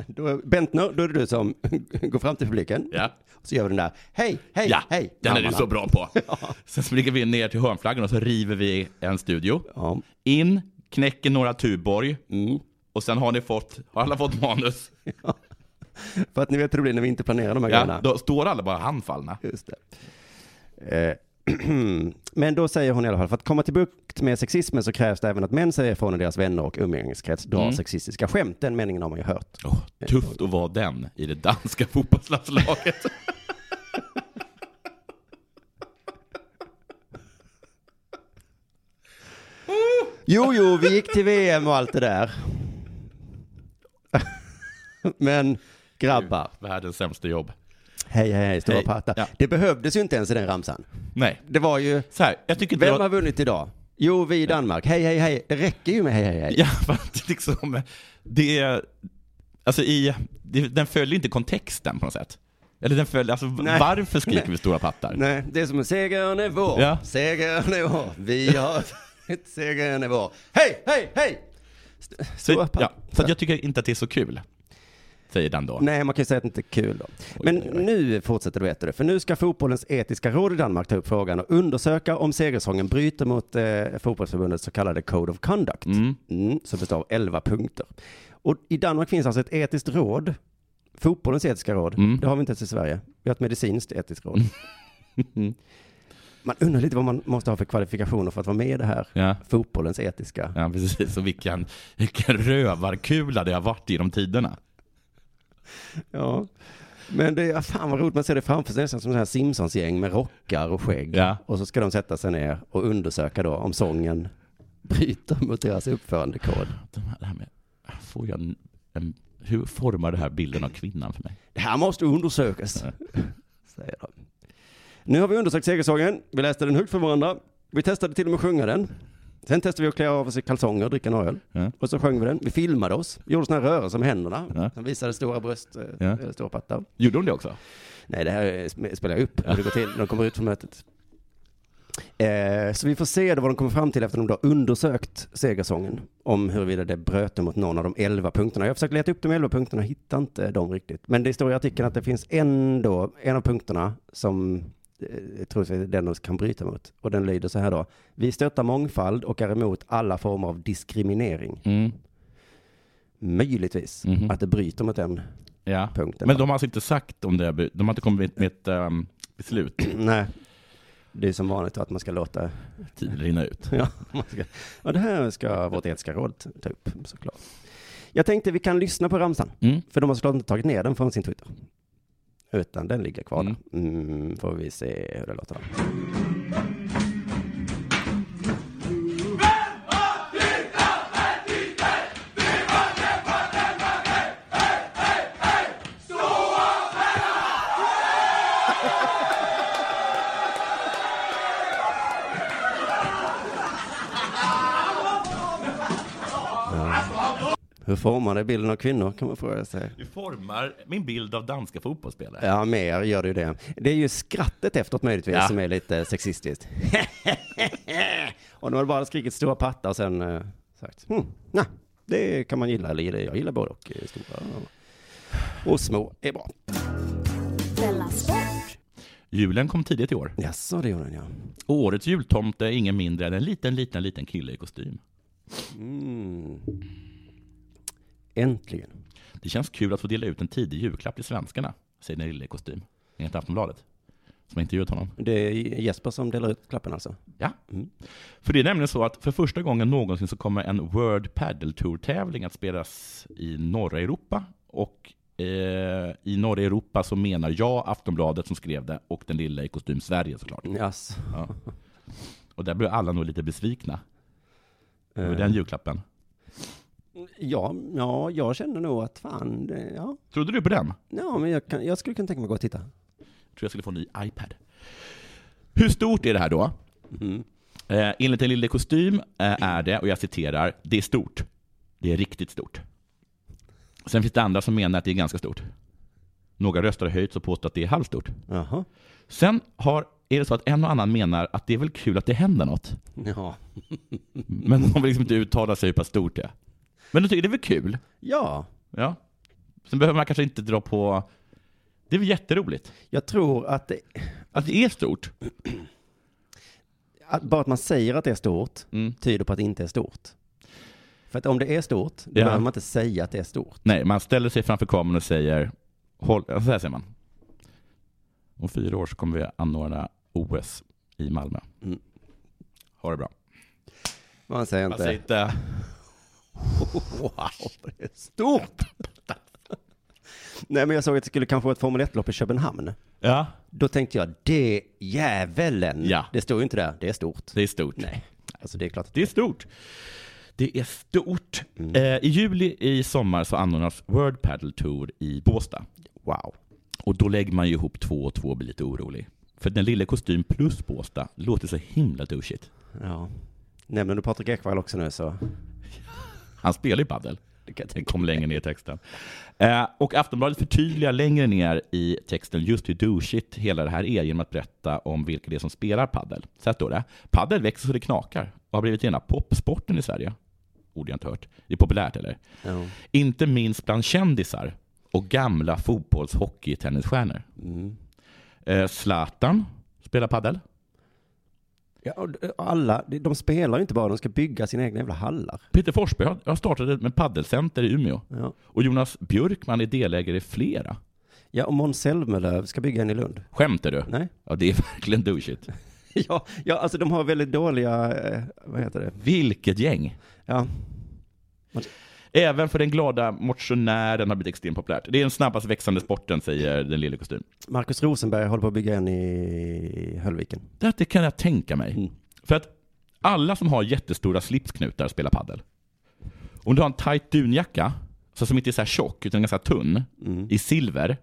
Då är, Bentner, då är det du som *laughs* går fram till publiken.
ja.
Så gör vi den där, hej, hej,
Ja,
hej.
den är du
Mammarna.
så bra på.
*laughs* Ja.
Sen springer vi ner till hörnflaggan och så river vi en studio.
Ja.
In, knäcker några Tuborg
Mm.
och sen har ni fått, har alla fått manus?
För att ni vet hur det blir när vi inte planerar de här
Ja,
grejerna.
då står alla bara handfallna.
Just det. Eh, *clears throat* Men då säger hon i alla fall, för att komma till bukt med sexismen så krävs det även att män säger ifrån och deras vänner och umgängeskrets drar
Mm.
sexistiska skämt. Den meningen har man ju hört.
Åh, tufft att vara den i det danska *laughs* fotbollslandslaget.
Jo, jo, vi gick till VM och allt det där. *laughs* Men grabbar,
Världens sämsta jobb.
hej, hej, stora
Hej.
patta.
Ja.
Det behövdes ju inte ens i den ramsan.
Nej,
Det var ju,
så här, jag tycker inte det
vem har
var...
vunnit idag? Jo, vi i Danmark. Hej, hej, hej. Det räcker ju med hej, hej, hej.
*laughs* Ja, för att liksom, det, alltså i, det, den följer inte kontexten på något sätt. Eller den följer, alltså
Nej.
varför skriker vi stora pattar?
Nej, det är som en segern är vår.
Ja.
Segern är vår. Vi har... *laughs* segern är vår. Hej, hej, hej! St-
så,
Stora
ja,
pappa.
så att jag tycker inte att det är så kul, säger den då.
Nej, man kan ju säga att det inte är kul då. Men
oj, oj.
nu fortsätter du veta det, för nu ska fotbollens etiska råd i Danmark ta upp frågan och undersöka om segersången bryter mot eh, fotbollsförbundets så kallade Code of Conduct,
Mm.
Mm, som består av 11 punkter. Och i Danmark finns alltså ett etiskt råd, fotbollens etiska råd,
Mm.
det har vi inte ens i Sverige. Vi har ett medicinskt etiskt
*laughs*
råd. Man undrar lite vad man måste ha för kvalifikationer för att vara med i det här.
Ja.
Fotbollens etiska.
Ja, precis. Och vilken, vilken rövarkula det har varit genom tiderna.
Ja. Men det är, fan vad roligt, man ser det framför sig nästan som en här Simpsons-gäng med rockar och skägg.
Ja.
Och så ska de sätta sig ner och undersöka då om sången bryter mot deras uppförandekod.
De här, det här med, får jag en, en, hur formar det här bilden av kvinnan för mig?
Det här måste undersökas, säger de. Nu har vi undersökt segersången, vi läste den högt för varandra, vi testade till och med att sjunga den. Sen testade vi att klä av oss i kalsonger och dricka en öl.
Ja.
Och så sjöng vi den, vi filmade oss, gjorde sådana här rörelser med händerna,
Ja.
som visade stora bröst, eh,
Ja.
eller stora pattar.
Gjorde hon det också?
Nej, det här är- sp- spelar jag upp hur det går till när de kommer ut från mötet. Eh, så vi får se då vad de kommer fram till efter de då har undersökt segersången. Om huruvida det bröt mot någon av de elva punkterna. Jag har försökt leta upp de elva punkterna och hittar inte dem riktigt. Men det står i artikeln att det finns en då, en av punkterna som eh, troligtvis är den de kan bryta mot. Och den lyder så här då. Vi stöttar mångfald och är emot alla former av diskriminering.
Mm.
Möjligtvis
Mhm.
att det bryter mot den
Ja.
punkten.
Men de har alltså inte sagt om det, de har inte kommit med ett ehm, beslut.
*clears throat* Nej. Det är som vanligt att man ska låta
Tiden rinner ut.
Ja, *laughs* man ska, ja, det här ska vårt etiska råd ta upp såklart. Jag tänkte vi kan lyssna på ramsan,
Mm.
för de har såklart inte tagit ner den från sin Twitter. Utan den ligger kvar
Mm.
där. Mm, får vi se hur det låter då. Hur formar det bilden av kvinnor kan man fråga sig.
Du formar min bild av danska fotbollsspelare.
Ja, mer gör det ju det. Det är ju skrattet efteråt möjligtvis
Ja.
som är lite sexistiskt. *laughs* och de har bara skrikit stora pattar och sen eh, sagt, hm, nej, det kan man gilla eller gilla. Jag gillar både och eh, stora och, och små är bra.
Della Sport.
Julen kom tidigt i år.
Jaså, det gjorde den ja.
Och årets jultomte är ingen mindre än en liten, liten, liten kille i kostym.
Mm. Äntligen.
Det känns kul att få dela ut en tidig julklapp till svenskarna, säger den lille i kostym. Enligt Aftonbladet, som har intervjuat honom.
Det är Jesper som delar ut klappen alltså.
Ja.
Mm.
För det är nämligen så att för första gången någonsin så kommer en World Padel Tour-tävling att spelas i norra Europa. Och eh, i norra Europa så menar jag Aftonbladet som skrev det och den lilla i kostym Sverige såklart.
Jaså.
Ja. Och där blev alla nog lite besvikna över den julklappen.
Ja, ja, jag känner nog att fan, det, ja.
Trodde du på den?
Ja, men jag, kan, jag skulle kunna tänka mig att gå och titta.
tror jag skulle få en ny iPad. Hur stort är det här då?
Mm.
Eh, enligt en lille kostym eh, är det, och jag citerar, det är stort. Det är riktigt stort. Sen finns det andra som menar att det är ganska stort. Några röster har höjts och påstår att det är halvstort.
Jaha.
Sen har, är det så att en och annan menar att det är väl kul att det händer något.
Ja.
Men de vill liksom inte uttala sig hur pass stort det är. Men de tycker det är väl kul.
Ja,
Ja. Sen behöver man kanske inte dra på... Det är väl jätteroligt.
jag tror att det,
Att det är stort.
att bara att man säger att det är stort
Mm.
tyder på att det inte är stort. För att om det är stort, då
Ja.
behöver man inte säga att det är stort.
Nej, man ställer sig framför kameran och säger, håll, så här säger man. Om fyra år så kommer vi anordna OS i Malmö.
Mm.
Ha det bra.
Man säger
Man
Alltså, inte...
säger inte,
Wow, det är stort! *laughs* Nej, men jag såg att det skulle kanske vara ett Formel 1-lopp i Köpenhamn.
ja,
Då tänkte jag, det djävulen!
Ja.
Det står ju inte där, det är stort.
det är stort.
Nej, alltså det är klart att
Det är stort. Det är stort.
Mm.
Eh, I juli i sommar så anordnas World Paddle Tour i Båstad.
wow.
Och då lägger man ju ihop två och två och blir lite orolig. För den lilla kostym plus Båstad låter så himla douchigt.
Ja. Nämner du Patrik Ekwall också nu så...
Han spelar ju padel. Det kom längre ner i texten. Eh, och Aftonbladet förtydligar längre ner i texten just hur douchigt hela det här är genom att berätta om vilka det är som spelar paddel. Så här står det. Paddel växer så det knakar och har blivit ena popsporten i Sverige. Ord jag inte hört. Det är populärt eller?
Ja.
Inte minst bland kändisar och gamla fotbolls-, hockey och tennisstjärnor.
Mm.
Eh, Zlatan spelar paddel.
Ja, och d- alla, de spelar ju inte bara, de ska bygga sina egna jävla hallar.
Peter Forsberg har- har startat ett paddelcenter i Umeå.
Ja,
Och Jonas Björkman är delägare i flera.
ja och Måns Zelmerlöw ska bygga en i Lund.
Skämtar du?
Nej?
Ja, det är *laughs* verkligen douchigt.
*laughs* Ja, ja, alltså de har väldigt dåliga, eh, vad heter det?
Vilket gäng!
Ja,
Även för den glada motionären har blivit extremt populärt. Det är den snabbast växande sporten, säger den lille kostym.
Markus Rosenberg håller på att bygga en i Höllviken.
Det här- Det kan jag tänka mig.
Mm.
För att alla som har jättestora slipsknutar spelar paddel. Om du har en tight dunjacka, så som inte är så här tjock, utan ganska tunn,
Mm.
i silver,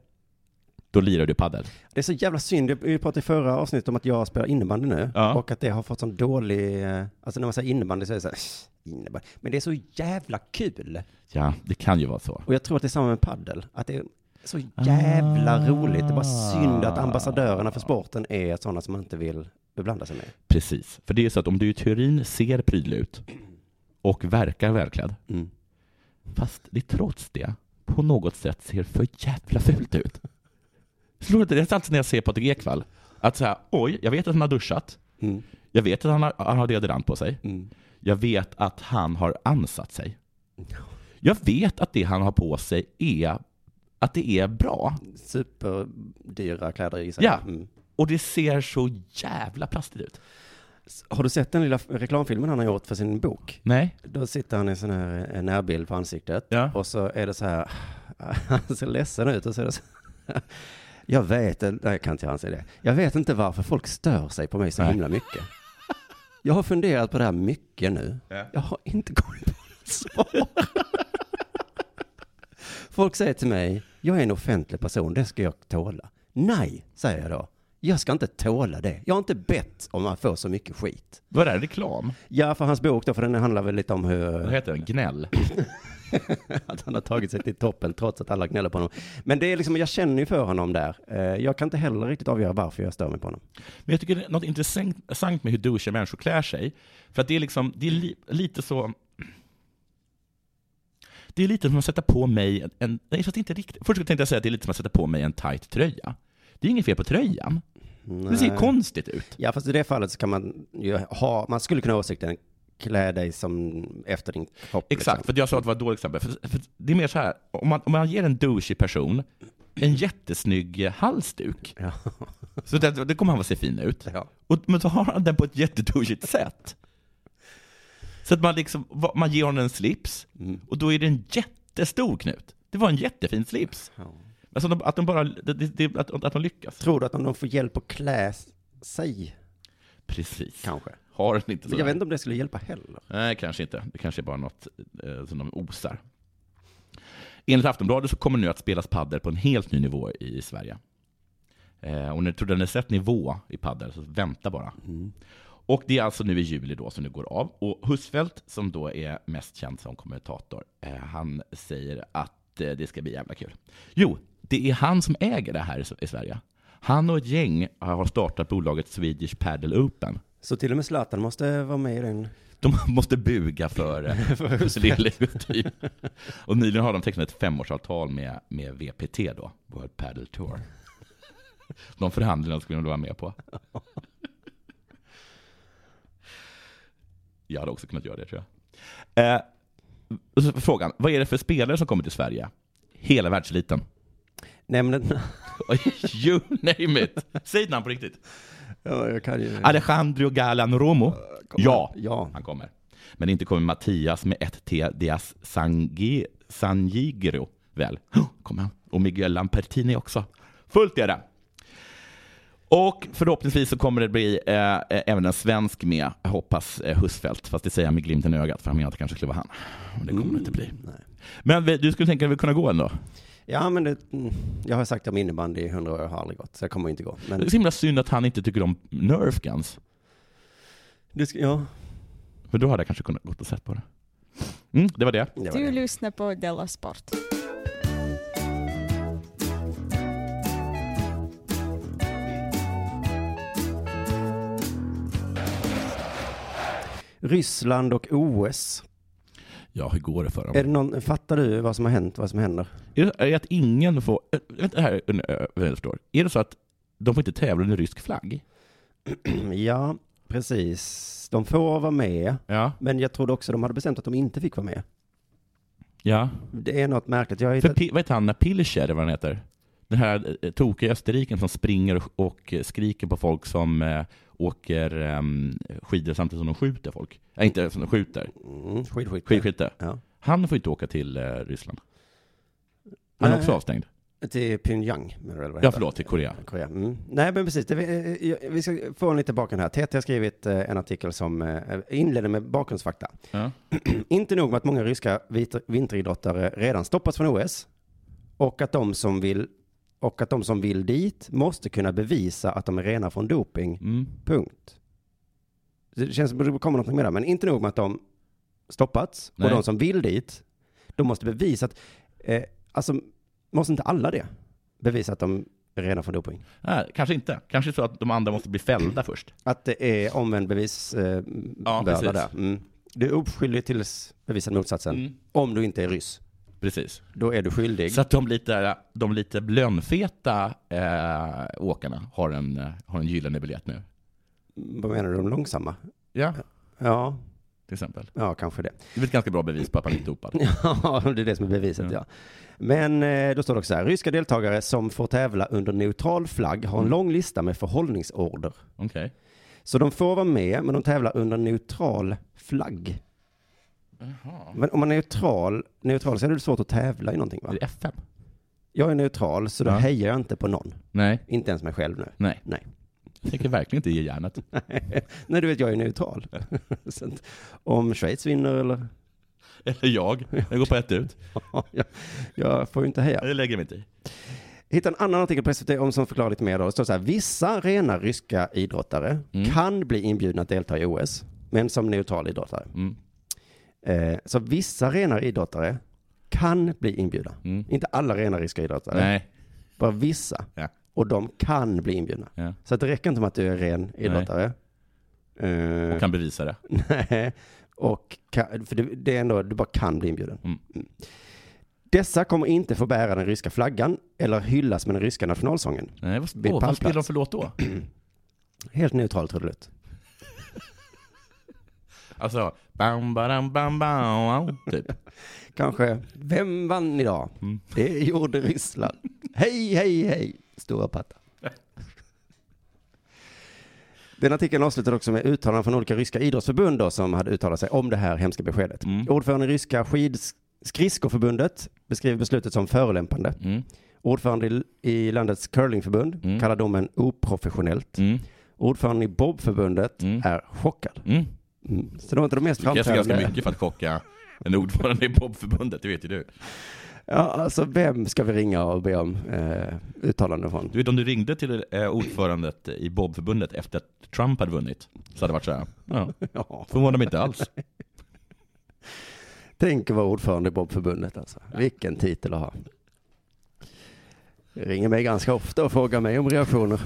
då lirar du paddel.
Det är så jävla synd, vi pratade i förra avsnittet om att jag spelar innebandy nu
Ja.
och att det har fått sån dålig, eh, alltså när man säger innebandy så är det så här, "Shh, innebandy. Men det är så jävla kul.
Ja, det kan ju vara så.
Och jag tror att det är samma med paddel. att det är så jävla
Ah.
roligt. Det är bara synd att ambassadörerna för sporten är sådana som man inte vill beblanda sig med.
Precis. För det är så att om du i teorin ser prydlig ut och verkar välklädd,
Mm.
fast det trots det på något sätt ser för jävla fult ut. Slår inte det är alltid när jag ser Patrik Ekwall? Att så här, oj, jag vet att han har duschat.
Mm.
Jag vet att han har, han har deodorant på sig.
Mm.
Jag vet att han har ansatt sig. Jag vet att det han har på sig är att det är bra.
Superdyra kläder i sig.
Ja.
Mm.
Och det ser så jävla plastigt ut.
Har du sett den lilla reklamfilmen han har gjort för sin bok?
Nej.
Då sitter han i sån här en närbild på ansiktet
Ja.
och så är det så här, *laughs* han ser ledsen ut och så är det så här. Jag vet, nej jag kan inte göra han säger det. Jag vet inte varför folk stör sig på mig så
Nej.
himla mycket. Jag har funderat på det här mycket nu.
Ja.
Jag har inte kommit på *laughs* något svar. Folk säger till mig, jag är en offentlig person, det ska jag tåla. Nej, säger jag då. Jag ska inte tåla det. Jag har inte bett om att få så mycket skit.
Vad är det? här? Reklam?
Ja, för hans bok då, för den handlar väl lite om hur...
Vad heter den? Gnäll?
*laughs* att han har tagit sig till toppen trots att alla gnäller på honom. Men det är liksom, jag känner ju för honom där. Eh, Jag kan inte heller riktigt avgöra varför jag stör mig på honom.
Men jag tycker det är något intressant med hur douchiga människor klär sig. För att det är liksom, det är li, lite så... Det är lite som att sätta på mig en- en... Nej, fast inte riktigt. Först tänkte jag säga att det är lite som att sätta på mig en tight tröja. Det är inget fel på tröjan. Det ser
Nej.
konstigt ut.
Ja, fast i det fallet så kan man ju ha, man skulle kunna ha åsikten, klä dig som efter din kropp.
Exakt, för
Liksom.
att jag sa att det var ett dåligt exempel. För, för det är mer så här, om man, om man ger en douchig person en jättesnygg halsduk,
Ja.
så det, det kommer han att se fin ut.
Ja.
Och, men så har han den på ett jättedouchigt sätt. Så att man, liksom, va- man ger honom en slips
Mm.
och då är det en jättestor knut. Det var en jättefin slips. Alltså de, att de bara, det, det, det- att, att de lyckas.
Tror du att om de får hjälp att klä sig,
Precis.
kanske?
Har den inte
Men
så
jag
där.
vet inte om det skulle hjälpa heller.
Nej, kanske inte. Det kanske är bara något eh, som de osar. Enligt Aftonbladet så kommer nu att spelas padel på en helt ny nivå i Sverige. Eh, och när tror ni har sett nivå i padel, så vänta bara. Och det är alltså nu i juli då som det går av. Och Husfeldt, som då är mest känd som kommentator, eh, han säger att eh, det ska bli jävla kul. Jo, det är han som äger det här i, i Sverige. Han och ett gäng har startat bolaget Swedish Padel Open.
Så till och med Zlatan måste vara med i den.
De *laughs* måste buga för, eh, för lille typ. Och nyligen har de tecknat ett femårsavtal med, med VPT då, World Padel Tour. De förhandlingarna skulle de vara med på. Jag hade också kunnat göra det tror jag. Eh, och så frågan, vad är det för spelare som kommer till Sverige? Hela världseliten. *laughs*
Nämnden...
you name it. Säg ett namn på riktigt.
*laughs* ja, jag kan ju...
Alejandro Galan Romo. Ja.
Ja.
Han kommer. Men inte kommer Mattias med ett T, Dias Sangi, Sangigro väl? Oh, kommer han. Och Miguel Lampertini också. Fullt är det. Och förhoppningsvis så kommer det bli eh, eh, även en svensk med, jag hoppas eh, Husfeldt. Fast det säger jag med glimten i ögat, för han menar att det kanske skulle vara han. Och det kommer det inte bli.
Mm. Nej.
Men vi, du skulle tänka att vi kunde gå ändå?
Ja, men det, mm, jag har sagt om innebandy i hundra år, jag har aldrig gått, så jag kommer inte gå.
Det är
Men,
så himla synd att han inte tycker om Nerf Guns.
du, ska- ja,
För då hade jag kanske kunnat gått och sett på det. Mm, det var det.
det var
Du
det.
lyssnar på Della Sport.
Ryssland och OS.
Ja, hur går det för dem?
Är det någon, fattar du vad som har hänt, vad som händer? *clears throat*
Är det, är det att ingen får... äh, Vänta här, äh, äh, vad jag förstår. Är det så att de får inte tävla under rysk flagg?
ja, precis. De får vara med,
Ja.
men jag trodde också de hade bestämt att de inte fick vara med.
ja.
Det är något märkligt. Jag har
För
hittat...
Pi- vad heter han, när Pilcher, eller vad han heter? Den här eh, tokiga österriken som springer och- och eh, skriker på folk som eh, åker ehm, skidor samtidigt som de skjuter folk. Nej, inte som de skjuter.
Mm, skidskytte.
Skidskytte.
Ja.
Han får inte åka till eh, Ryssland. Han är
Nej.
också avstängd.
Till Pyongyang, menar du? eller vad
Ja,
heter
förlåt, till Korea.
det? Korea. Mm. Nej, men precis. Det, vi, eh, vi ska få en liten bakgrund här. TT har skrivit eh, en artikel som eh, inleder med bakgrundsfakta.
Ja.
*clears throat* Inte nog med att många ryska vit- vinteridrottare redan stoppats från OS och att de som vill och att de som vill dit måste kunna bevisa att de är rena från doping.
Mm.
Punkt. Det känns som att det kommer något mer där, men inte nog med att de stoppats
Nej.
och de som vill dit, de måste bevisa att, eh, alltså, måste inte alla det? Bevisa att de är rena från doping.
Nej, kanske inte. Kanske så att de andra måste bli fällda först.
Att det är omvänd bevisbörda eh,
Ja,
börda
precis.
där. Mm. Du är oskyldig tills bevisad motsatsen.
Mm.
Om du inte är ryss,
Precis.
då är du skyldig.
Så att de lite, de lite lönnfeta eh, åkarna har en, eh, har en gyllene biljett nu.
Vad menar du, de långsamma?
Ja,
Ja,
till exempel.
ja kanske det. *laughs*
Det är ett ganska bra bevis på att man inte är dopad.
Ja, det är det som är beviset, ja. Men eh, då står det också så här, ryska deltagare som får tävla under neutral flagg har
Mm.
en lång lista med förhållningsorder.
Okej.
Så de får vara med, men de tävlar under neutral flagg. Men om man är neutral, neutral så är det svårt att tävla i någonting va?
Är det FM?
Jag är neutral, så då
Ja.
hejar jag inte på någon.
Nej,
Inte ens mig själv nu.
nej.
Nej.
Jag tänker verkligen inte ge järnet.
*laughs* Nej, du vet, jag är neutral. Så att om Schweiz vinner eller... *laughs*
Eller jag. Jag går på ett ut.
jag, jag får ju inte heja.
Det lägger jag mig inte i.
Hitta en annan artikel på SVT om som förklarar lite mer då. Det står så här, vissa rena ryska idrottare
Mm.
kan bli inbjudna att delta i OS, men som neutral idrottare.
Mm.
Eh, så vissa rena idrottare kan bli inbjudna.
Mm.
Inte alla rena ryska idrottare,
Nej.
bara vissa.
Ja.
Och de kan bli inbjudna.
Ja.
Så att det räcker inte med att du är ren idrottare. Eh,
Och kan bevisa det.
*laughs* Nej, och kan, för det, det är ändå, du bara kan bli inbjuden.
Mm.
Mm. Dessa kommer inte få bära den ryska flaggan eller hyllas med den ryska nationalsången.
Nej, vad,
Vid
åh, vad
pallplats.
spelar de för låt då?
Helt neutralt trudelutt.
Alltså, bam, bam, bam, bam, typ.
Kanske, vem vann idag?
Mm.
Det gjorde
*laughs*
Ryssland. hej, hej, hej, stora patta. Den artikeln avslutar också med uttalanden från olika ryska idrottsförbund då, som hade uttalat sig om det här hemska beskedet.
Mm.
Ordföranden i ryska skids- skridskoförbundet beskrev beslutet som förolämpande.
Mm.
Ordförande i- i landets curlingförbund
Mm.
kallar domen oprofessionellt.
Mm.
Ordföranden i bobförbundet
Mm.
är chockad.
Mm.
Mm. Så det var inte de mest
Det krävs ganska
framträdande.
mycket för att chocka en ordförande i Bobförbundet, det vet ju du.
Ja, alltså vem ska vi ringa och be om eh, uttalanden från?
Du vet om du ringde till eh, ordförandet i Bobförbundet efter att Trump hade vunnit, så hade det varit så här. Ja,
*laughs* Ja.
förvånar mig inte alls.
Tänk att vara ordförande i bobförbundet alltså. Vilken titel att ha. Det Ringer mig ganska ofta och frågar mig om reaktioner.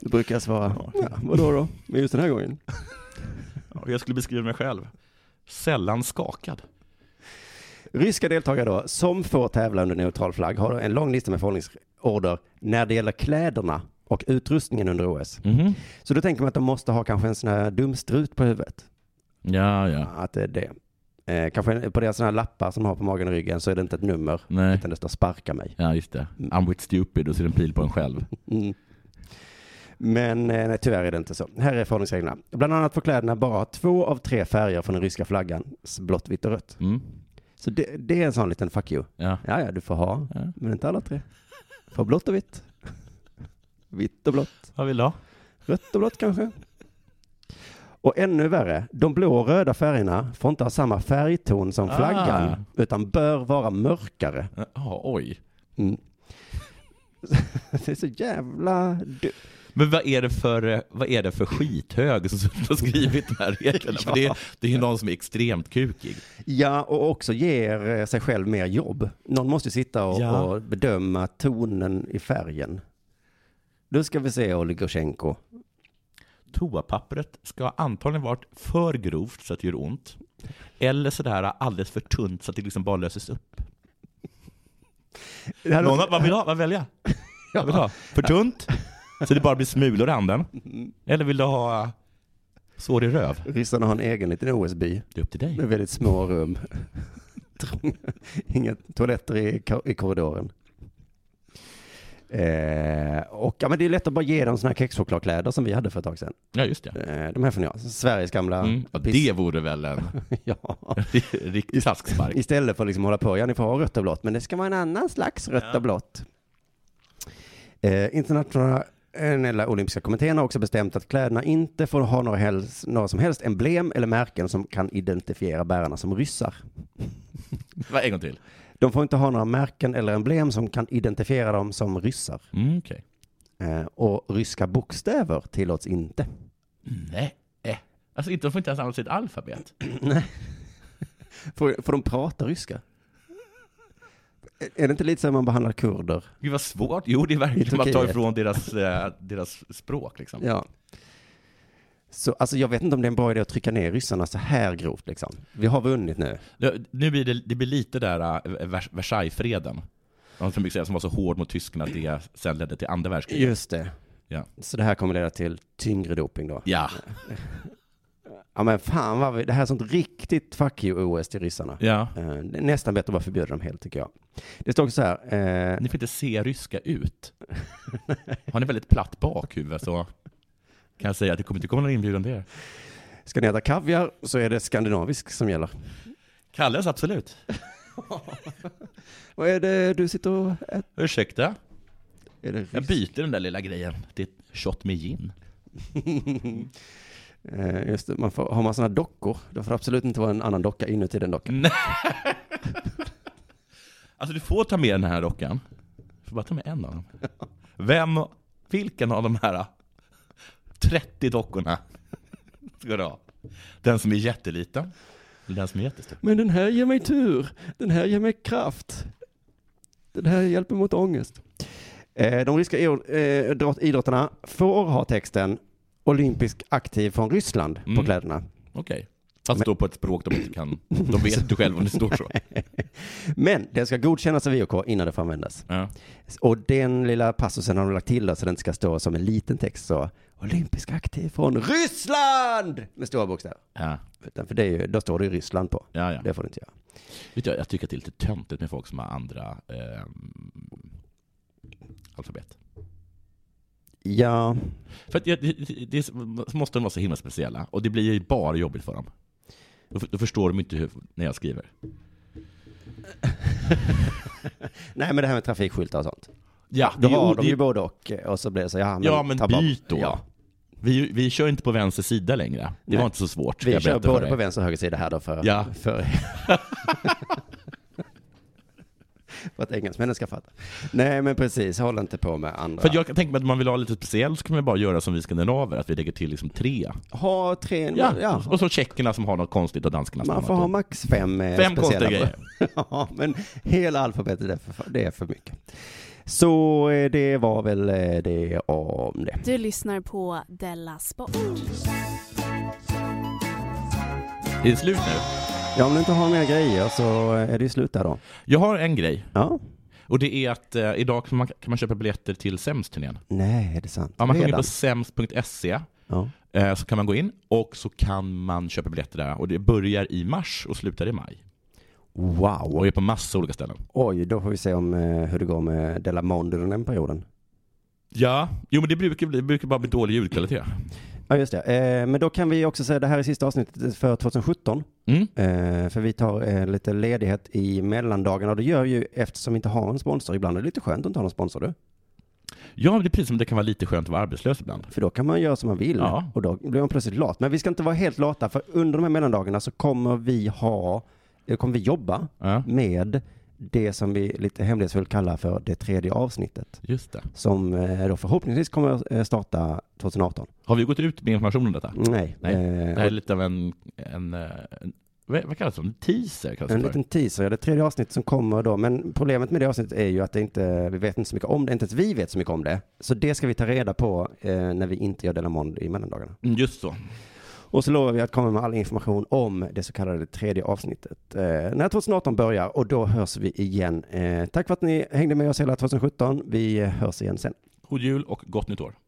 Då brukar jag svara, ja, vadå då? Men just den här gången.
Ja, Jag skulle beskriva mig själv. Sällan skakad.
Ryska deltagare då, som får tävla under neutral flagg, har en lång lista med förhållningsorder när det gäller kläderna och utrustningen under OS.
Mhm.
Så då tänker man att de måste ha kanske en sån här dumstrut på huvudet.
Ja, ja.
Att det är det. Eh, kanske på deras såna här lappar som de har på magen och ryggen så är det inte ett nummer,
Nej.
utan det står sparka mig.
Ja, just det. I'm with stupid och så är det en pil på en själv.
Mm. Men eh, nej, tyvärr är det inte så. Här är förhållningsreglerna. Bland annat får kläderna bara ha två av tre färger från den ryska flaggan, blått, vitt och rött.
Mm.
Så det, det är en sån liten fuck you.
Ja.
Ja, ja, du får ha,
Ja.
men inte alla tre. Får blått och vitt. Vitt och blått.
Vad vill du ha?
Rött och blått kanske. Och ännu värre, de blå och röda färgerna får inte ha samma färgton som
Ah.
flaggan, utan bör vara mörkare. *laughs*
Ja, oj.
Mm. det är så jävla... Du-
Men vad är det för, eh, vad är det för skithög som har skrivit de här *laughs* reglerna? För det, är- det är ju någon som är extremt kukig.
Ja, och också ger eh, sig själv mer jobb. Någon måste ju sitta och,
Ja.
och bedöma tonen i färgen. Då ska vi se Oligosjenko.
Toapappret ska antagligen varit för grovt så att det gör ont. Eller sådär alldeles för tunt så att det liksom bara löses upp.
Det här
Någon,
låter-
har- vad vill du ha? Vad välja? Vad vill du ha? För tunt? Så det bara blir smulor i anden? Eller vill du ha eh, sår i röv?
Ryssarna har en egen liten OS-by
Det är upp till dig.
med väldigt små rum. Trånga- Inga toaletter i, ko- i korridoren. Eh, och ja, men det är lätt att bara ge dem sådana här kexchokladkläder som vi hade för ett tag sedan.
Ja, just det.
Eh, de här får ni ha. Sveriges gamla...
Mm. Ja,
piss-
det vore väl *laughs* en
*laughs* ja.
riktig taskspark.
Istället för att liksom hålla på, ja ni får ha rött och blått, men det ska vara en annan slags rött och blått. Eh, internationella olympiska kommittén har också bestämt att kläderna inte får ha några, helst, några som helst emblem eller märken som kan identifiera bärarna som ryssar.
Va, En gång till.
De får inte ha några märken eller emblem som kan identifiera dem som ryssar.
Mm, okej.
Eh, och ryska bokstäver tillåts *clears throat* inte.
Nej. eh. Alltså inte, de får inte ens använda sitt alfabet.
Får, får de prata ryska? Är det inte lite så man behandlar kurder?
Gud vad svårt. Jo, det är
Inte
verkligen att ta
okej.
ifrån deras, eh, deras språk liksom.
Ja. Så alltså, jag vet inte om det är en bra idé att trycka ner ryssarna så här grovt liksom. Vi har vunnit nu.
Nu- Nu blir det, det blir lite där eh, Vers- Versaillesfreden. De Som, brukar säga, som var så hård mot tyskarna att det sen ledde till andra världskriget.
Just det.
Ja.
Så det här kommer leda till tyngre doping då.
Ja,
Ja men fan vad vi, det här är sånt riktigt fuck you OS till ryssarna.
ja.
Eh, det är nästan bättre att bara förbjuda dem helt tycker jag. Det står också så här, eh, *laughs*
Ni får inte se ryska ut. Har ni väldigt platt bakhuvud så kan jag säga att det kommer inte komma någon inbjudan till er.
ska ni äta kaviar så är det skandinavisk som gäller.
Kalles, absolut.
Vad är det du sitter och äter?
Ursäkta,
Är det
jag
rysk-
byter den där lilla grejen till ett shot med gin.
*laughs* Eh, just det, man får, har man sådana dockor, då får det absolut inte vara en annan docka inuti den dockan.
Alltså du får ta med den här dockan. Du får bara ta med en av dem. Vem, vilken av de här 30 dockorna ska du ha? Den som är jätteliten eller den som är jättestor?
Men den här ger mig tur. Den här ger mig kraft. Den här hjälper mot ångest. Eh, De ryska i- eh, idrott- idrottarna får ha texten olympisk aktiv från Ryssland på
Mm.
kläderna.
Okej. Fast då på ett språk de inte kan. De vet inte själva om det står så.
*laughs* Men den ska godkännas av IOK innan det får användas.
Ja.
Och den lilla passusen har de lagt till då, så den ska stå som en liten text så olympisk aktiv från Ryssland med stora bokstäver.
Ja.
Utan för det är ju, då står det ju Ryssland på.
Ja, ja.
Det får du inte göra.
Vet jag, jag tycker att det är lite töntigt med folk som har andra eh, alfabet.
Ja,
För att jag, det, det- det är så- måste de vara så himla speciella, och det blir ju bara jobbigt för dem. Då, f- då förstår de inte hur, när jag skriver.
nej men det här med trafikskyltar och sånt.
Ja,
Då
det är
har
o-
de
det-
ju både och. Och så blir det så, ja men,
ja men
ta bara-
byt då.
Ja,
Vi, vi kör inte på vänster sida längre. Det
Nej.
var inte så svårt. ska
vi
jag
kör
berätta för
både
dig.
på vänster och höger sida här då för,
Ja.
för, för att engelsmännen ska fatta. Nej men precis, håll inte på med andra.
För att jag kan tänka mig att man vill ha lite speciellt så kan man bara göra som vi skandinaver, att vi lägger till liksom tre.
Ha tre,
Ja.
ja. ja.
Och så tjeckerna som har något konstigt och danskarna som
Man får
har
ha
något.
max fem eh,
Fem konstiga
speciella.
grejer.
*laughs* ja, men hela alfabetet är för, det är för mycket. Så eh, det var väl eh, det om det.
Du lyssnar på Della Sport.
Är det slut nu?
eh, Ja, om du inte har mer grejer så är det ju slut där då.
Jag har en grej.
Ja,
Och det är att eh, idag kan man, kan man köpa biljetter till SEMS-turnén.
Nej, är det sant?
Ja, man kan gå in
Redan?
på sems.se
Ja.
eh, så kan man gå in och så kan man köpa biljetter där. Och det börjar i mars och slutar i maj. Och
Wow.
är på massa olika ställen.
Oj, då får vi se om eh, hur det går med Delamonde under den perioden.
Ja, jo men det brukar, bli, det brukar bara bli dålig ljudkvalitet.
Ja, just det. Eh, men då kan vi också säga, det här är sista avsnittet för 2017.
Mm.
Eh, för vi tar eh, lite ledighet i mellandagarna och det gör ju eftersom vi inte har en sponsor. Ibland är det lite skönt att inte ha någon sponsor du.
Ja, det är precis som det kan vara lite skönt att vara arbetslös ibland.
För då kan man göra som man vill
Ja.
och då blir man plötsligt lat. Men vi ska inte vara helt lata för under de här mellandagarna så kommer vi ha, eh, kommer vi jobba
Ja,
med det som vi lite hemlighetsfullt kallar för det tredje avsnittet.
just det.
Som eh, då förhoppningsvis kommer eh, starta 2018.
Har vi gått ut med information om detta?
Nej.
Nej.
Eh,
Det här är lite av en, en, eh, en vad vad kallas det? En teaser kallas det
En
för.
liten teaser, ja, det tredje avsnittet som kommer då. Men problemet med det avsnittet är ju att det inte, vi vet inte så mycket om det, inte ens vi vet så mycket om det. Så det ska vi ta reda på eh, när vi inte gör Delamond i mellandagarna.
Mm, Just så.
Och så lovar vi att komma med all information om det så kallade tredje avsnittet. Eh, när 2018 börjar och då hörs vi igen. Eh, tack för att ni hängde med oss hela 2017. Vi eh, hörs igen sen.
God jul och gott nytt år.